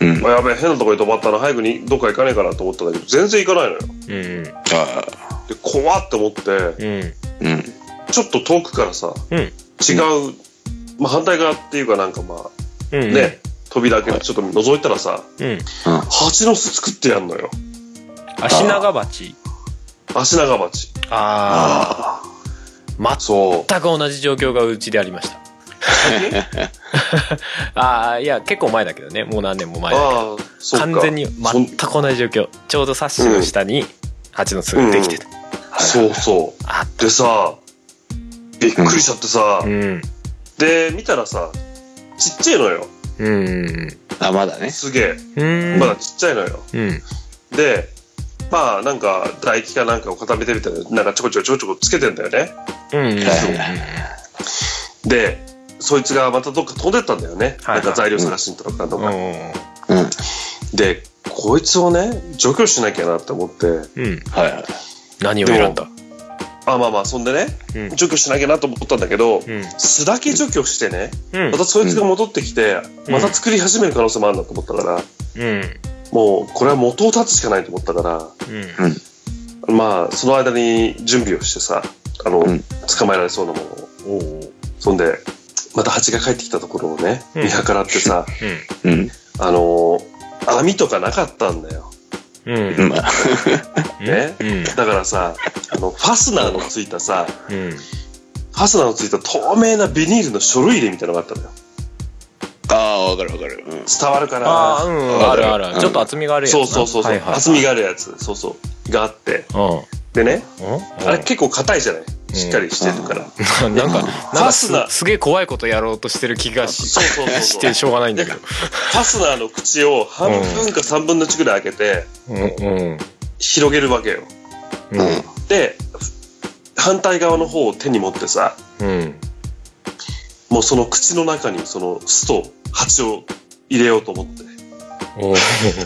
Speaker 4: うんうん
Speaker 5: うん
Speaker 3: あやべえ、変なとこに止まったら早くにどっか行かねえかなと思ったんだけど、全然行かないのよ。
Speaker 4: うん
Speaker 5: あ
Speaker 3: で、怖って思って、
Speaker 4: うん
Speaker 5: ーうん
Speaker 3: ちょっと遠くからさ、
Speaker 4: うん
Speaker 3: 違う、まあ反対側っていうかなんかまあ、
Speaker 4: うん
Speaker 3: ね、扉開けてちょっと覗いたらさ、
Speaker 4: うん
Speaker 3: 蜂の巣作ってやんのよ。
Speaker 4: 足長鉢
Speaker 3: 足長鉢。
Speaker 4: あ
Speaker 5: あ
Speaker 4: あ
Speaker 3: そ
Speaker 4: 全く同じ状況がうちでありましたああいや結構前だけどねもう何年も
Speaker 3: う。
Speaker 4: 前だ
Speaker 3: ああ、そうか。
Speaker 4: 完全に全く同じ状況ちょうどサッシの下に蜂の巣ができてた
Speaker 3: そうそう。
Speaker 4: あっ
Speaker 3: でさ、びっくりしちゃってさ、
Speaker 4: うん
Speaker 3: で、見たらさ、ちっちゃいのよ。
Speaker 4: うん
Speaker 5: あまだね
Speaker 3: すげ
Speaker 4: う
Speaker 3: え。
Speaker 4: ん
Speaker 3: まだちっちゃいのよ。
Speaker 4: うん
Speaker 3: で、まあなんか唾液かなんかを固めてみたいな、なんかちょこちょこちょこちょこつけてんだよね。
Speaker 4: うん
Speaker 3: で、そいつがまたどっか飛んでったんだよね。
Speaker 4: はいはい
Speaker 3: なんか材料探しにとかなんとか。
Speaker 5: うん
Speaker 3: で、こいつをね、除去しなきゃなって思って、
Speaker 4: うん
Speaker 5: はいはい
Speaker 4: 何を選んだ
Speaker 3: あまあまあそんでね、
Speaker 4: うん
Speaker 3: 除去しなきゃなと思ったんだけど、
Speaker 4: うん
Speaker 3: 巣だけ除去してね
Speaker 4: うん
Speaker 3: またそいつが戻ってきて、
Speaker 4: うん
Speaker 3: また作り始める可能性もあるなと思ったから
Speaker 4: うん
Speaker 3: もうこれは元を絶つしかないと思ったから
Speaker 4: うん
Speaker 3: まあその間に準備をしてさあの、
Speaker 5: うん
Speaker 3: 捕まえられそうなものを
Speaker 4: おお
Speaker 3: そんでまた蜂が帰ってきたところをね
Speaker 4: うん
Speaker 3: 見計らってさ、
Speaker 5: うん
Speaker 3: あの網とかなかったんだよ、
Speaker 4: うんうん
Speaker 5: うんまあ
Speaker 3: ね
Speaker 4: うん
Speaker 3: だからさあのファスナーのついたさ
Speaker 4: うん
Speaker 3: ファスナーのついた透明なビニールの書類入れみたいなのがあったのよ
Speaker 5: あーわかるわかるうん
Speaker 3: 伝わるかな
Speaker 4: ああうんあるあるあ
Speaker 5: う
Speaker 4: る
Speaker 5: ん
Speaker 4: ちょっと厚みがあるやつ
Speaker 3: そ
Speaker 4: な
Speaker 3: うそうそうそう、
Speaker 4: はいはい
Speaker 3: 厚みがあるやつそうそうがあって
Speaker 4: う
Speaker 3: でね
Speaker 4: んうん
Speaker 3: あれ結構硬いじゃないしっかりしてるから、
Speaker 4: うんなんかなん
Speaker 3: ファ
Speaker 4: か
Speaker 3: ス
Speaker 4: す
Speaker 3: ナー
Speaker 4: すげえ怖いことやろうとしてる気がし
Speaker 3: そうそうそう
Speaker 4: してしょうがないんだけど
Speaker 3: ファスナーの口を半分か3分の1ぐらい開けて
Speaker 4: うんうん
Speaker 3: 広げるわけよ
Speaker 4: う
Speaker 5: うん
Speaker 4: ん
Speaker 3: で反対側の方を手に持ってさ
Speaker 4: うん
Speaker 3: もうその口の中にその巣と蜂を入れようと思って、
Speaker 4: お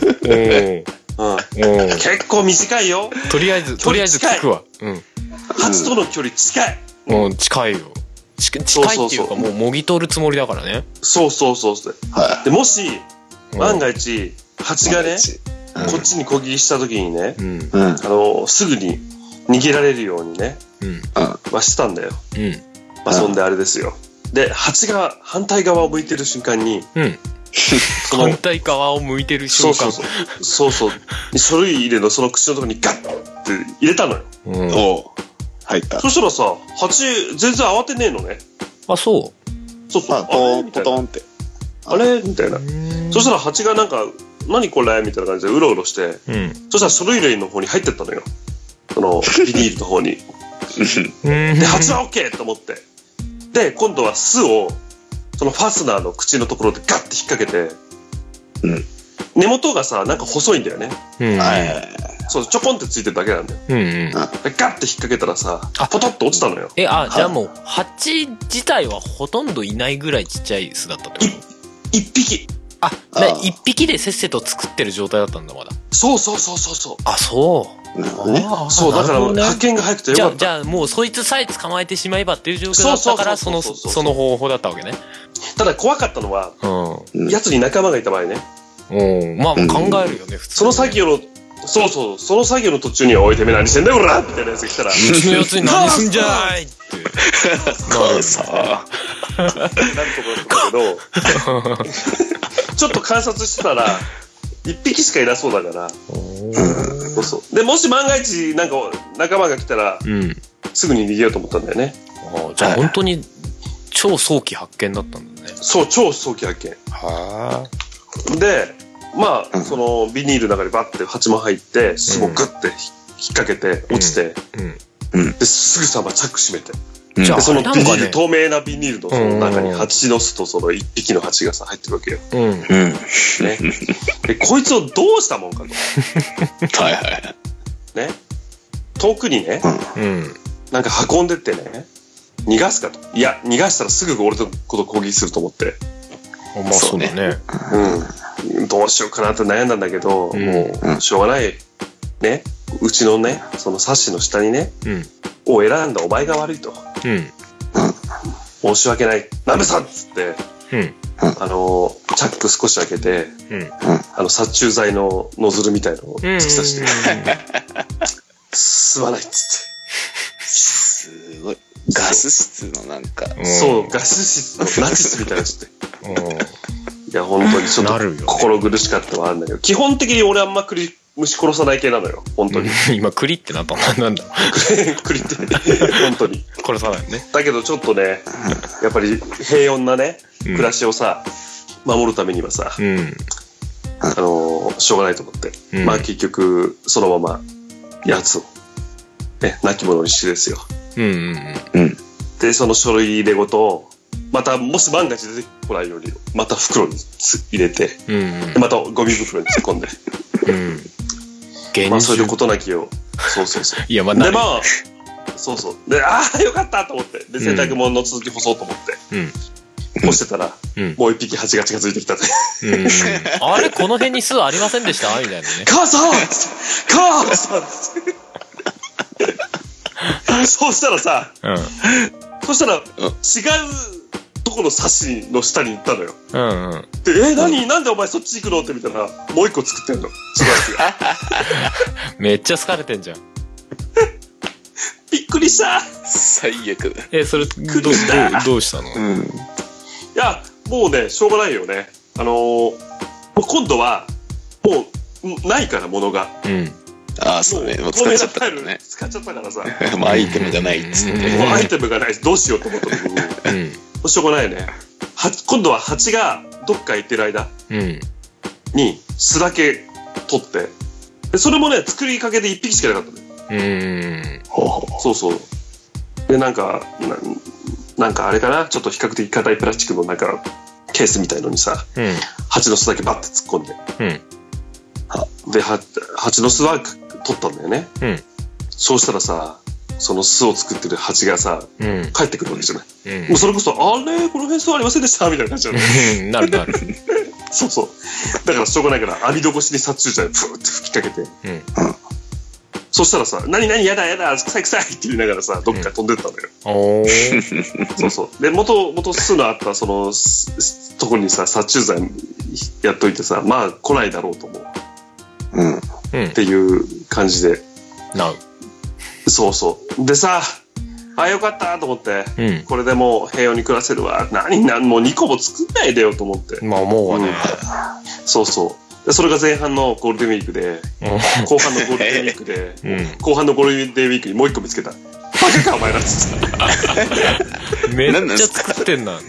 Speaker 3: うん、
Speaker 4: ーおーおー
Speaker 3: 結構短いよ
Speaker 4: とりあえずとりあえず聞くわうん
Speaker 3: 蜂との距離近い、
Speaker 4: うん近いよち近いっていう
Speaker 3: そうそ
Speaker 4: か
Speaker 3: うそう
Speaker 4: もうもぎ取るつもりだからね
Speaker 3: そうそうそうそう
Speaker 5: は
Speaker 3: でもし
Speaker 4: うん
Speaker 3: 万が一
Speaker 5: い
Speaker 3: 蜂がね
Speaker 5: うん
Speaker 3: こっちに攻撃した時にね、
Speaker 4: うん
Speaker 5: うん
Speaker 3: あの、すぐに逃げられるようにね、
Speaker 4: うん
Speaker 3: まあ、したんだよ。
Speaker 4: うん
Speaker 3: まあ、そんであれですよ。で、蜂が反対側を向いてる瞬間に、
Speaker 4: うん
Speaker 3: その
Speaker 4: 反、対側を向いてる
Speaker 3: そ
Speaker 4: 瞬
Speaker 3: うそう
Speaker 4: 間
Speaker 3: そう、そうそう、書類入れのその口のところにガッって入れたのよ。
Speaker 4: うん
Speaker 5: おう入った
Speaker 3: そしたらさ、蜂、全然慌てねえのね。
Speaker 4: あそ
Speaker 3: そうそう、あ
Speaker 5: あ
Speaker 3: れ
Speaker 5: ポン
Speaker 3: みた
Speaker 5: ポ
Speaker 3: いな。
Speaker 5: トンって
Speaker 3: あれみたいうな。
Speaker 4: うーん
Speaker 3: そしたら蜂がなんか、何これみたいな感じでうろうろして、
Speaker 4: うん
Speaker 3: そしたら書類類の方に入ってったのよ。その、ビニールの方に。
Speaker 4: うん
Speaker 3: で、蜂は OK! と思って。で、今度は巣を、そのファスナーの口のところでガッて引っ掛けて、
Speaker 5: うん
Speaker 3: 根元がさ、なんか細いんだよね。
Speaker 4: うん
Speaker 5: はいはいはい。
Speaker 3: そう、ちょこんってついてるだけなんだよ。
Speaker 4: うんうん
Speaker 3: でガッて引っ掛けたらさ
Speaker 4: あ、
Speaker 3: ポトッと落ちたのよ。
Speaker 4: えあじゃあもう蜂自体はほとんどいないぐらいちっちゃい巣だったってこと
Speaker 3: 一匹。
Speaker 4: あな
Speaker 5: あー
Speaker 4: 一匹でせっせと作ってる状態だったんだまだ
Speaker 3: そうそうそうそうそ
Speaker 4: あそう
Speaker 5: なるほどね。
Speaker 4: あー
Speaker 3: う。そう、だ
Speaker 4: な
Speaker 3: か
Speaker 4: る
Speaker 3: ら
Speaker 4: ほどね
Speaker 3: 発見が早くてよ
Speaker 4: じゃ
Speaker 3: か
Speaker 4: あ
Speaker 3: っ
Speaker 4: じ
Speaker 3: た。
Speaker 4: ゃあもうそいつさえ捕まえてしまえばっていう状況だったからそ
Speaker 3: そうそ
Speaker 4: の
Speaker 3: うそうそうそう
Speaker 4: その方法だったわけね
Speaker 3: ただ怖かったのは、
Speaker 4: う
Speaker 5: うん
Speaker 3: 奴に仲間がいた場合ね。
Speaker 4: ん、うん、まあまあ考えるよね普通
Speaker 3: その作業の、そうそう、その作業の途中に、おいてめえ何してんだよ、おらみたいなやつが来たら、
Speaker 4: うちのやつに何すんじ ゃいってなる
Speaker 5: さあ。
Speaker 3: なんとかだったんだけど、 ちょっと観察してたら、一匹しかいなそうだから、そうそう。で、もし万が一、なんか、仲間が来たら、
Speaker 4: うん
Speaker 3: すぐに逃げようと思ったんだよね。
Speaker 4: ああじゃあ本当に超早期発見だったんだね
Speaker 3: そう、超早期発
Speaker 4: は
Speaker 3: 見。で、ま
Speaker 5: う
Speaker 3: あ、
Speaker 5: ん
Speaker 3: その、ビニールの中にバッて蜂も入って、すぐグッて引っ掛けて、落ちて、
Speaker 4: あ、うん、
Speaker 3: で、すぐさまチャック閉めて。
Speaker 4: じゃあ
Speaker 3: でそのビ
Speaker 4: な
Speaker 3: ニ
Speaker 4: んかね
Speaker 3: ール、透明なビニールのその中
Speaker 4: う
Speaker 3: に
Speaker 4: ん
Speaker 3: 蜂の巣とその一匹の蜂がさ入ってるわけよ。
Speaker 4: うん、
Speaker 5: うん。
Speaker 3: ね、でこいつをどうしたもんか
Speaker 5: はいはい。
Speaker 3: と。ね。遠くにね、
Speaker 4: うん。
Speaker 3: なんか運んでってね、逃がすかと。いや、逃がしたらすぐ俺のこと攻撃すると思って。
Speaker 4: まあそうだね。
Speaker 3: うん。どうしようかなって悩んだんだけど、
Speaker 4: うん
Speaker 3: も
Speaker 5: うん
Speaker 3: う、しょうがない。ね。うちのね、そのサッシの下にね、
Speaker 4: うん。
Speaker 3: を選んだお前が悪いと。
Speaker 4: うん。
Speaker 3: 申し訳ない。ナメさんっつって、
Speaker 4: うん。
Speaker 3: あの、チャック少し開けて、
Speaker 4: うん。
Speaker 3: あの、殺虫剤のノズルみたいのを
Speaker 4: うん。
Speaker 3: 突き刺して、吸わないっつっ
Speaker 5: すごい。ガス室のなんか。
Speaker 4: う
Speaker 3: て。
Speaker 4: ん
Speaker 3: そう、ガス室のナチスみたいなのして。いや、本当にちょっ
Speaker 4: なるよね
Speaker 3: と心苦しかったのはあるんだけど、基本的に俺あんま栗、虫殺さない系なのよ。本当
Speaker 4: うん
Speaker 3: に。。
Speaker 4: 今、栗ってなったの なんだ
Speaker 3: 栗って、本当に。
Speaker 4: 殺さないのね。
Speaker 3: だけどちょっとね、やっぱり平穏なね、
Speaker 4: うん
Speaker 3: 暮らしをさ、守るためにはさ、
Speaker 4: うん。
Speaker 3: あのーしょうがないと思って。
Speaker 4: うん
Speaker 3: まあ結局、そのまま、やつを、ね、亡き者にしてですよ。
Speaker 4: うんうんうん。
Speaker 5: うん。
Speaker 3: で、その書類入れごと、また、もし万が一出てこないように、また袋につ入れて、
Speaker 4: うん
Speaker 3: でまたゴミ袋に突っ 込んで、
Speaker 4: うん。うん。現
Speaker 3: まあ、それで
Speaker 4: 実。
Speaker 3: 事なきを、そうそうそう。
Speaker 4: いや、まあ、な
Speaker 3: で、
Speaker 4: る
Speaker 3: まあ、そうそう。で、ああ、よかったと思って、で、洗濯物の続き干そうと思って、
Speaker 4: うん。
Speaker 3: 干してたら、
Speaker 4: うん
Speaker 3: もう一匹蜂が近づいてきた で、
Speaker 4: うん。あれ、この辺に巣ありませんでしたみたいなね。
Speaker 3: 母 さん母さん そうしたらさ、そうしたら、違うとこのサシの下に行ったのよ。
Speaker 4: うん。うんうん。
Speaker 3: で、え、何なんでお前そっち行くのって見たら、もう一個作ってんの。違う やつが。
Speaker 4: めっちゃ好かれてんじゃん。
Speaker 3: びっくりしたい
Speaker 5: 最悪。
Speaker 4: え、それ、どう、どう、どうしたの
Speaker 5: うん。
Speaker 3: や、もうね、しょうがないよね。あのーもう今度は、もう、んないから、物が。
Speaker 4: うん。
Speaker 5: ああ、そうね。もう使っちゃったからね。
Speaker 3: 使っちゃったからさ。も
Speaker 5: まあ、アイテムじゃないっつっ
Speaker 4: うん
Speaker 5: て。
Speaker 3: うアイテムがないし、どうしようと思った時に、も
Speaker 4: うん。
Speaker 3: うしょうがないよね。は今度は蜂がどっか行ってる間
Speaker 4: うん。
Speaker 3: に、巣だけ取って、でそれもね、作りかけで一匹しかいなかったのよ
Speaker 4: うん。
Speaker 5: ほうほう
Speaker 3: そうそう。で、なんか、ななんかあれかな、ちょっと比較的硬いプラスチックのなんか、ケースみたいのにさ、
Speaker 4: うん。
Speaker 3: 蜂の巣だけバッて突っ込んで。
Speaker 4: うん。
Speaker 3: で、は蜂の巣はく取ったんだよね。
Speaker 4: うん。
Speaker 3: そうしたらさ、その巣を作ってる蜂がさ、
Speaker 4: うん。
Speaker 3: 帰ってくるわけじゃない。
Speaker 4: うん
Speaker 3: もうそれこそ、あれこの辺巣ありませんでしたみたいな感じなの。
Speaker 4: うんなるなる。
Speaker 3: そうそう。だからしょうがないから、網戸越しに殺虫剤をふーって吹きかけて。
Speaker 4: うん。
Speaker 3: そしたらさ、何何やだやだ、臭い臭いって言いながらさ、どっか飛んでったのよ。
Speaker 4: おー。
Speaker 3: そうそう。で、元、元巣のあった、その、すすとこにさ、殺虫剤やっといてさ、まあ来ないだろうと思う。っ
Speaker 5: うん。
Speaker 4: うん。
Speaker 3: ていう感じで。
Speaker 4: なう。
Speaker 3: そうそう。でさ、あ、よかったと思って、
Speaker 4: うん。
Speaker 3: これでもう平穏に暮らせるわ。何、何、もう2個も作んないでよと思って。
Speaker 4: まあ思うわね。
Speaker 3: そうそう。で、それが前半のゴールデンウィークで、後半のゴールデンウィーク で、
Speaker 4: うん
Speaker 3: 後半のゴールデンウィークにもう1個見つけた。バカか、お前らっつって。
Speaker 4: めっちゃ作ってんな。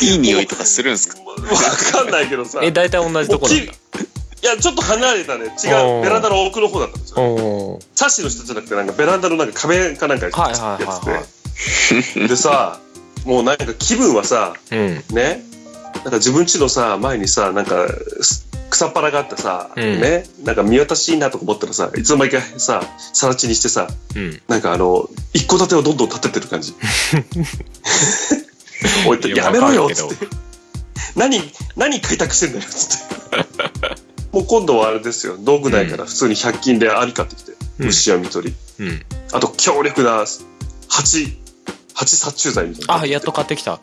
Speaker 5: いい匂いとかするんすか
Speaker 3: わかんないけどさ。
Speaker 4: え、大体同じとこなんだ
Speaker 3: もう。きいや、ちょっと離れたね、違
Speaker 4: おー
Speaker 3: う、ベランダの奥の方だったんですよ。
Speaker 4: おー
Speaker 3: サッシの人じゃなくて、なんかベランダのなんか壁かなんかに
Speaker 4: はいはい
Speaker 3: やっ
Speaker 4: は
Speaker 3: て
Speaker 4: い
Speaker 3: て
Speaker 4: は い。
Speaker 3: でさ、もうなんか気分はさ、
Speaker 4: うん。
Speaker 3: ね、なんか自分家のさ、前にさ、なんかす草っぱらがあってさ、
Speaker 4: うん
Speaker 3: ね、なんか見渡しいいなとか思ったらさ、いつの間にかさ、さら地にしてさ、
Speaker 4: うん。
Speaker 3: なんかあの、一戸建てをどんどん建ててる感 じ。おい
Speaker 4: いや
Speaker 3: やめろよ
Speaker 4: わか
Speaker 3: っつ
Speaker 4: る
Speaker 3: っ
Speaker 4: け
Speaker 3: て。何、何開拓してんだよっつって。もう今度はあれですよ、道具内から普通に100均でアリ買ってきて、
Speaker 4: うん
Speaker 3: 虫や見取り。
Speaker 4: うん。
Speaker 3: あと強力な蜂、蜂殺虫剤みたいな。
Speaker 4: あ、やっと買ってきた。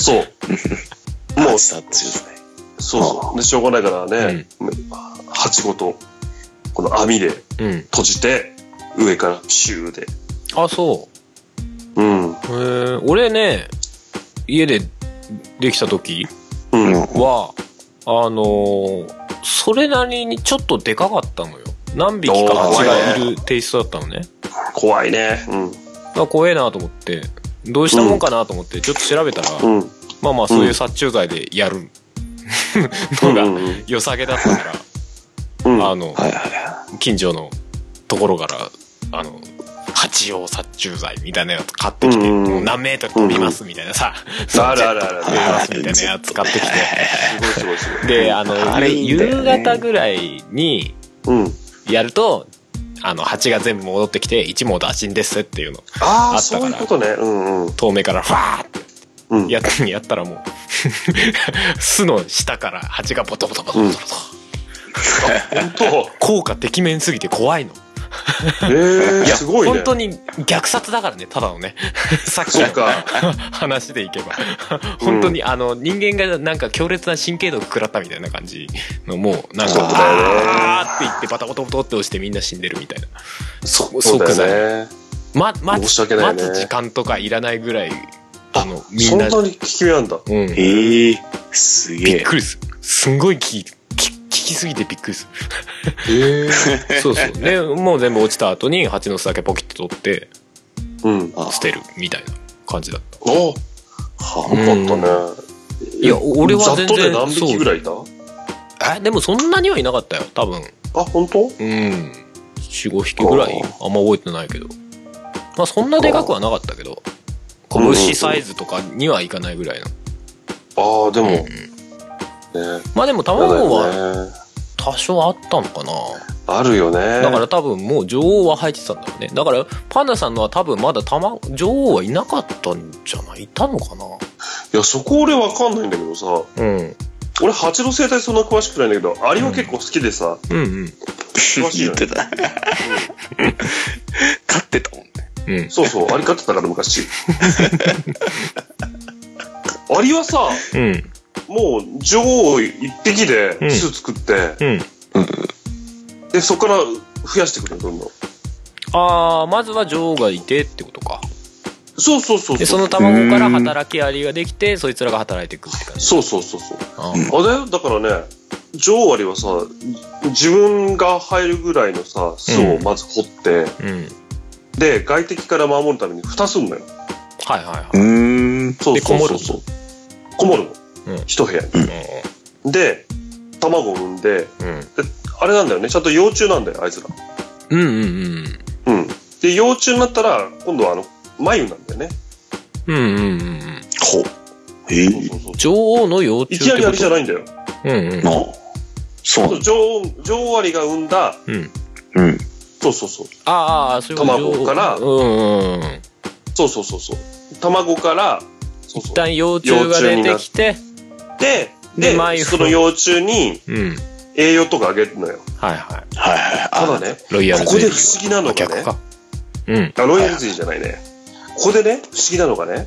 Speaker 3: そう。もう、
Speaker 5: 暑さっちゅうね
Speaker 3: そうそう。で、しょうがないからね、蜂ごと、この網で
Speaker 4: うん。
Speaker 3: 閉じて、上からシューで。
Speaker 4: あ、そう。
Speaker 3: うん。うん。
Speaker 4: へー俺ね家でできた時はあのーそれなりにちょっとでかかったのよ何匹か蜂がいるテイストだったのね
Speaker 3: 怖いね。うん。
Speaker 4: あ怖えなと思ってどうしたもんかなと思ってちょっと調べたら、
Speaker 3: うん。
Speaker 4: まあまあそういう殺虫剤でや るの
Speaker 3: う
Speaker 4: が
Speaker 3: んうん
Speaker 4: 良さげだったから、
Speaker 3: うん
Speaker 4: あの
Speaker 5: はいはいは
Speaker 4: 近所のところからあの蜂用殺虫剤みたいなやつ買ってきて、
Speaker 3: うん
Speaker 4: もう何メートル飛びますみたいなさ、
Speaker 3: あるあるあるある
Speaker 4: 飛びますみたいなやつ買ってき
Speaker 3: すごいすごいす
Speaker 4: てであの
Speaker 5: あれいいんだよ
Speaker 4: 夕
Speaker 5: ね
Speaker 4: 方ぐらいに
Speaker 3: ごい。うん。
Speaker 4: やるとあの蜂が全部戻ってきて一網打尽ですっていうの
Speaker 3: ああ、
Speaker 4: あった
Speaker 3: そ
Speaker 4: か
Speaker 3: うい
Speaker 4: ら
Speaker 3: うことね。うんうん。
Speaker 4: 遠目からファーって
Speaker 3: うん、
Speaker 4: やっやったらもう 巣の下から蜂がボトボトボトボトボト、
Speaker 3: 本当。
Speaker 4: 効果てきめんすぎて怖いの
Speaker 3: ええ
Speaker 4: いや
Speaker 3: すごいね。
Speaker 4: 本当に虐殺だからねただのね さっき
Speaker 3: そ
Speaker 4: の
Speaker 3: うか
Speaker 4: 話でいけば本当に、あの人間がなんか強烈な神経毒食らったみたいな感じのもうなんか
Speaker 5: そうだよね
Speaker 4: バーっていってバタバタバタって押してみんな死んでるみたいなそ
Speaker 3: そう
Speaker 4: 即
Speaker 3: だ
Speaker 4: 座に
Speaker 3: よね。
Speaker 4: ま待
Speaker 3: 申
Speaker 4: つ
Speaker 3: し訳ない
Speaker 4: 待
Speaker 3: ね
Speaker 4: つ時間とかいらないぐらいあのみ
Speaker 3: そん
Speaker 4: んな、
Speaker 3: なに効き目なんだ。
Speaker 4: うん、
Speaker 5: いええすげ
Speaker 4: びっ
Speaker 5: え
Speaker 4: くりするすんごい聞き聞聞きすぎてびっくりす
Speaker 3: ええ
Speaker 4: る そうそうでもう全部落ちた後に蜂の巣だけポキッと取って
Speaker 3: うん。
Speaker 5: あ
Speaker 4: 捨てるみたいな感じだった
Speaker 3: お
Speaker 5: は
Speaker 4: うん
Speaker 5: あ
Speaker 3: よかったね。
Speaker 4: いや俺は全然
Speaker 3: ざっとで何匹ぐらいいた
Speaker 4: えでもそんなにはいなかったよ多分
Speaker 3: あ、本当
Speaker 4: うん45匹ぐらい
Speaker 5: あ
Speaker 4: あんま覚えてないけどまあそんなでかくはなかったけど
Speaker 3: うん
Speaker 4: 拳サイズとかにはいかないぐらいの
Speaker 3: ああ、でも、ね。
Speaker 4: まあでも
Speaker 3: やだ
Speaker 4: 卵は
Speaker 3: よね。
Speaker 4: 多少あったのかな
Speaker 3: あるよね。
Speaker 4: だから多分もう女王は入ってたんだろうねだからパンダさんのは多分まだ卵女王はいなかったんじゃないいたのかない
Speaker 3: や、そこ俺わかんないんだけどさ、
Speaker 4: うん
Speaker 3: 俺、蜂の生態そんな詳しくないんだけど、アリは結構好きでさ、
Speaker 4: うんうん
Speaker 3: 詳しい
Speaker 5: 言
Speaker 3: よ
Speaker 5: って
Speaker 3: ね。
Speaker 5: た飼ってたもんね
Speaker 4: うん
Speaker 3: そうそう、アリ飼ってたから昔。 アリはさ、
Speaker 4: うん
Speaker 3: もう女王一匹で巣作って、
Speaker 4: うん
Speaker 3: で、そこから増やしてくるの、どんどん。
Speaker 4: ああまずは女王がいてってことか
Speaker 3: そうそうそう
Speaker 4: でそ
Speaker 3: そう。
Speaker 4: の卵から働きアリができてそいつらが働いていくって感じ
Speaker 3: そうそうそうそう。
Speaker 4: あ
Speaker 5: うん
Speaker 3: あれだからね、女王アリはさ、自分が入るぐらいのさ、巣をまず掘って、
Speaker 4: うん
Speaker 3: で、外敵から守るために蓋すんのよ。
Speaker 4: はいはいは
Speaker 5: うーん
Speaker 3: そう
Speaker 4: で
Speaker 3: そう
Speaker 4: こも
Speaker 3: そ
Speaker 4: る
Speaker 3: うそう。こもるの。
Speaker 4: うん
Speaker 3: 一部屋に。
Speaker 4: い
Speaker 3: で、卵を産んで、
Speaker 4: うん
Speaker 3: あれなんだよね、ちゃんと幼虫なんだよ、あいつら。
Speaker 4: うんうんうん
Speaker 3: うん。で、幼虫になったら、今度はあの、眉なんだよね。
Speaker 4: うんうんうんうん
Speaker 5: ほうええ
Speaker 3: そうそうそう。
Speaker 4: 女王の幼
Speaker 3: い
Speaker 4: 虫
Speaker 3: きな
Speaker 4: って
Speaker 3: りア
Speaker 4: こ
Speaker 3: リじゃ
Speaker 4: と
Speaker 3: ないんだよ。
Speaker 4: うんうん
Speaker 5: なあそうなんだ
Speaker 3: 女王、女王アリが産んだ、
Speaker 4: うん
Speaker 5: うん
Speaker 3: そうそうそう。
Speaker 4: あーあーそういうこと
Speaker 3: 卵から
Speaker 4: うんうんうん
Speaker 3: そうそうそうそう。卵から、そう
Speaker 4: 一
Speaker 3: そう。
Speaker 4: 旦幼虫が出てきて
Speaker 3: で、
Speaker 4: で
Speaker 3: で
Speaker 4: 繭を
Speaker 3: その幼虫に
Speaker 4: うん
Speaker 3: 栄養とかあげるのよ。
Speaker 4: はいはい
Speaker 5: はいはい
Speaker 3: た
Speaker 5: あ
Speaker 3: だね、
Speaker 4: ロイヤ
Speaker 3: こ
Speaker 4: ル
Speaker 3: こ
Speaker 4: ゼ
Speaker 3: で
Speaker 4: リ
Speaker 3: 不
Speaker 4: ー
Speaker 3: 思議なの
Speaker 4: あ
Speaker 3: が
Speaker 4: 逆
Speaker 3: ね、
Speaker 4: かうん
Speaker 3: あロイヤルゼリーじゃないね。ここでね、不思議なのがね、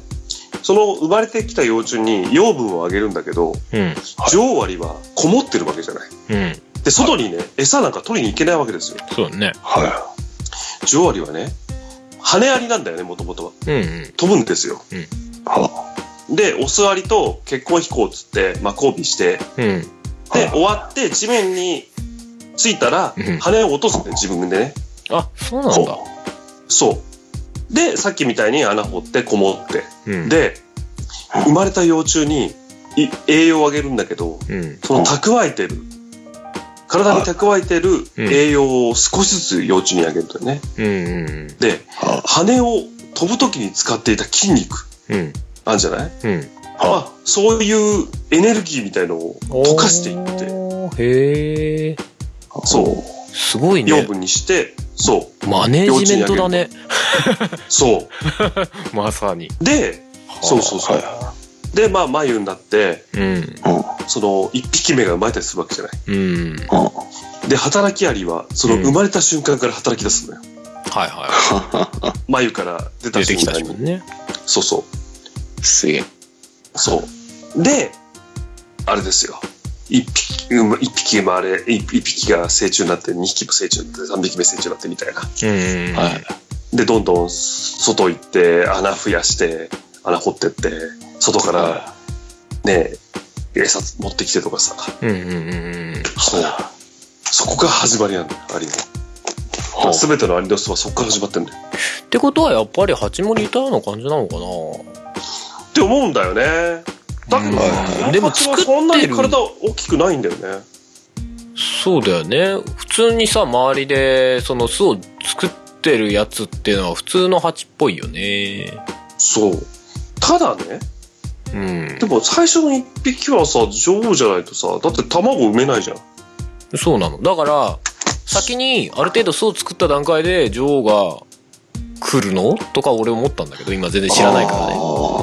Speaker 3: その生まれてきた幼虫に養分をあげるんだけど、
Speaker 4: うん
Speaker 3: 女王アリはこもってるわけじゃない。
Speaker 4: うん
Speaker 3: で、外にね、餌なんか取りに行けないわけですよ。
Speaker 4: そうだね
Speaker 5: は
Speaker 3: 女王アリはね、羽アリなんだよね、もともとは。
Speaker 4: うんうん
Speaker 3: 飛ぶんですよ。
Speaker 5: いは
Speaker 3: で、オスアリと結婚飛行っつって、まあ、交尾して、
Speaker 4: うん
Speaker 3: で、
Speaker 5: はい
Speaker 3: 終わって地面についたら
Speaker 4: うん、
Speaker 3: 羽を落とすんだよ、自分でね。
Speaker 4: あそうなんだ
Speaker 3: そう。で、さっきみたいに穴掘ってこもって。
Speaker 4: うん
Speaker 3: で、生まれた幼虫にい栄養をあげるんだけど、
Speaker 4: うん。
Speaker 3: その蓄えてる、体に蓄えてる栄養を少しずつ幼虫にあげるんだよね。
Speaker 4: うんうん
Speaker 3: で、
Speaker 5: は
Speaker 3: 羽を飛ぶ時に使っていた筋肉、
Speaker 4: うん。うん。
Speaker 3: あるんじゃない
Speaker 4: うん。
Speaker 3: まあ、そういうエネルギーみたいのを溶かしていって、
Speaker 4: て。へえ。
Speaker 5: あ
Speaker 3: そ
Speaker 4: すごい
Speaker 3: 養
Speaker 4: ね。
Speaker 3: 分にして、そう、
Speaker 4: マネージメントだね。
Speaker 3: そ
Speaker 4: まさに。
Speaker 3: う。で、そうそうそう。
Speaker 5: は
Speaker 3: で、まあ、眉になって、
Speaker 4: うん。
Speaker 5: いうん
Speaker 3: その、一匹目が生まれたりするわけじゃな
Speaker 4: うん。
Speaker 5: うん
Speaker 3: い。で、働きアリは、その
Speaker 4: うん
Speaker 3: 生まれた瞬間から働き出すのよ。
Speaker 4: はいは
Speaker 3: 眉から出
Speaker 4: い。出
Speaker 3: た
Speaker 4: て
Speaker 3: 瞬
Speaker 4: きた
Speaker 3: 間
Speaker 4: しも
Speaker 3: に。
Speaker 4: ね。
Speaker 3: そうそ
Speaker 5: すげえ。
Speaker 3: う。そう。で、あれですよ。一匹、うん一匹生まれ、一一匹が成虫になって、二匹も成虫になって、三匹目成虫になってみたいな。
Speaker 4: うん。
Speaker 5: はい。
Speaker 3: で、どんどん外行って、穴増やして、穴掘ってって、外からね、餌持ってきてとかさ。
Speaker 4: うんうんうんうん。
Speaker 3: そう。そこが始まりなんだよ、アリ
Speaker 5: ほ
Speaker 3: の。
Speaker 5: う
Speaker 3: すべてのアリの巣はそこから始まってんだよ。
Speaker 4: ってことはやっぱり蜂も似たような感じなのかな
Speaker 3: って思うんだよね。だけど
Speaker 5: う
Speaker 3: さ、
Speaker 4: んでも
Speaker 3: 蜂はそんなに
Speaker 4: 作ってる
Speaker 3: 体大きくないんだよね。
Speaker 4: そうだよね普通にさ周りでその巣を作ってるやつっていうのは普通の蜂っぽいよね
Speaker 3: そう。ただね、
Speaker 4: うん
Speaker 3: でも最初の一匹はさ、女王じゃないとさ、だって卵産めないじゃん。
Speaker 4: そうなのだから先にある程度巣を作った段階で女王が来るのとか俺思ったんだけど今全然知らないからね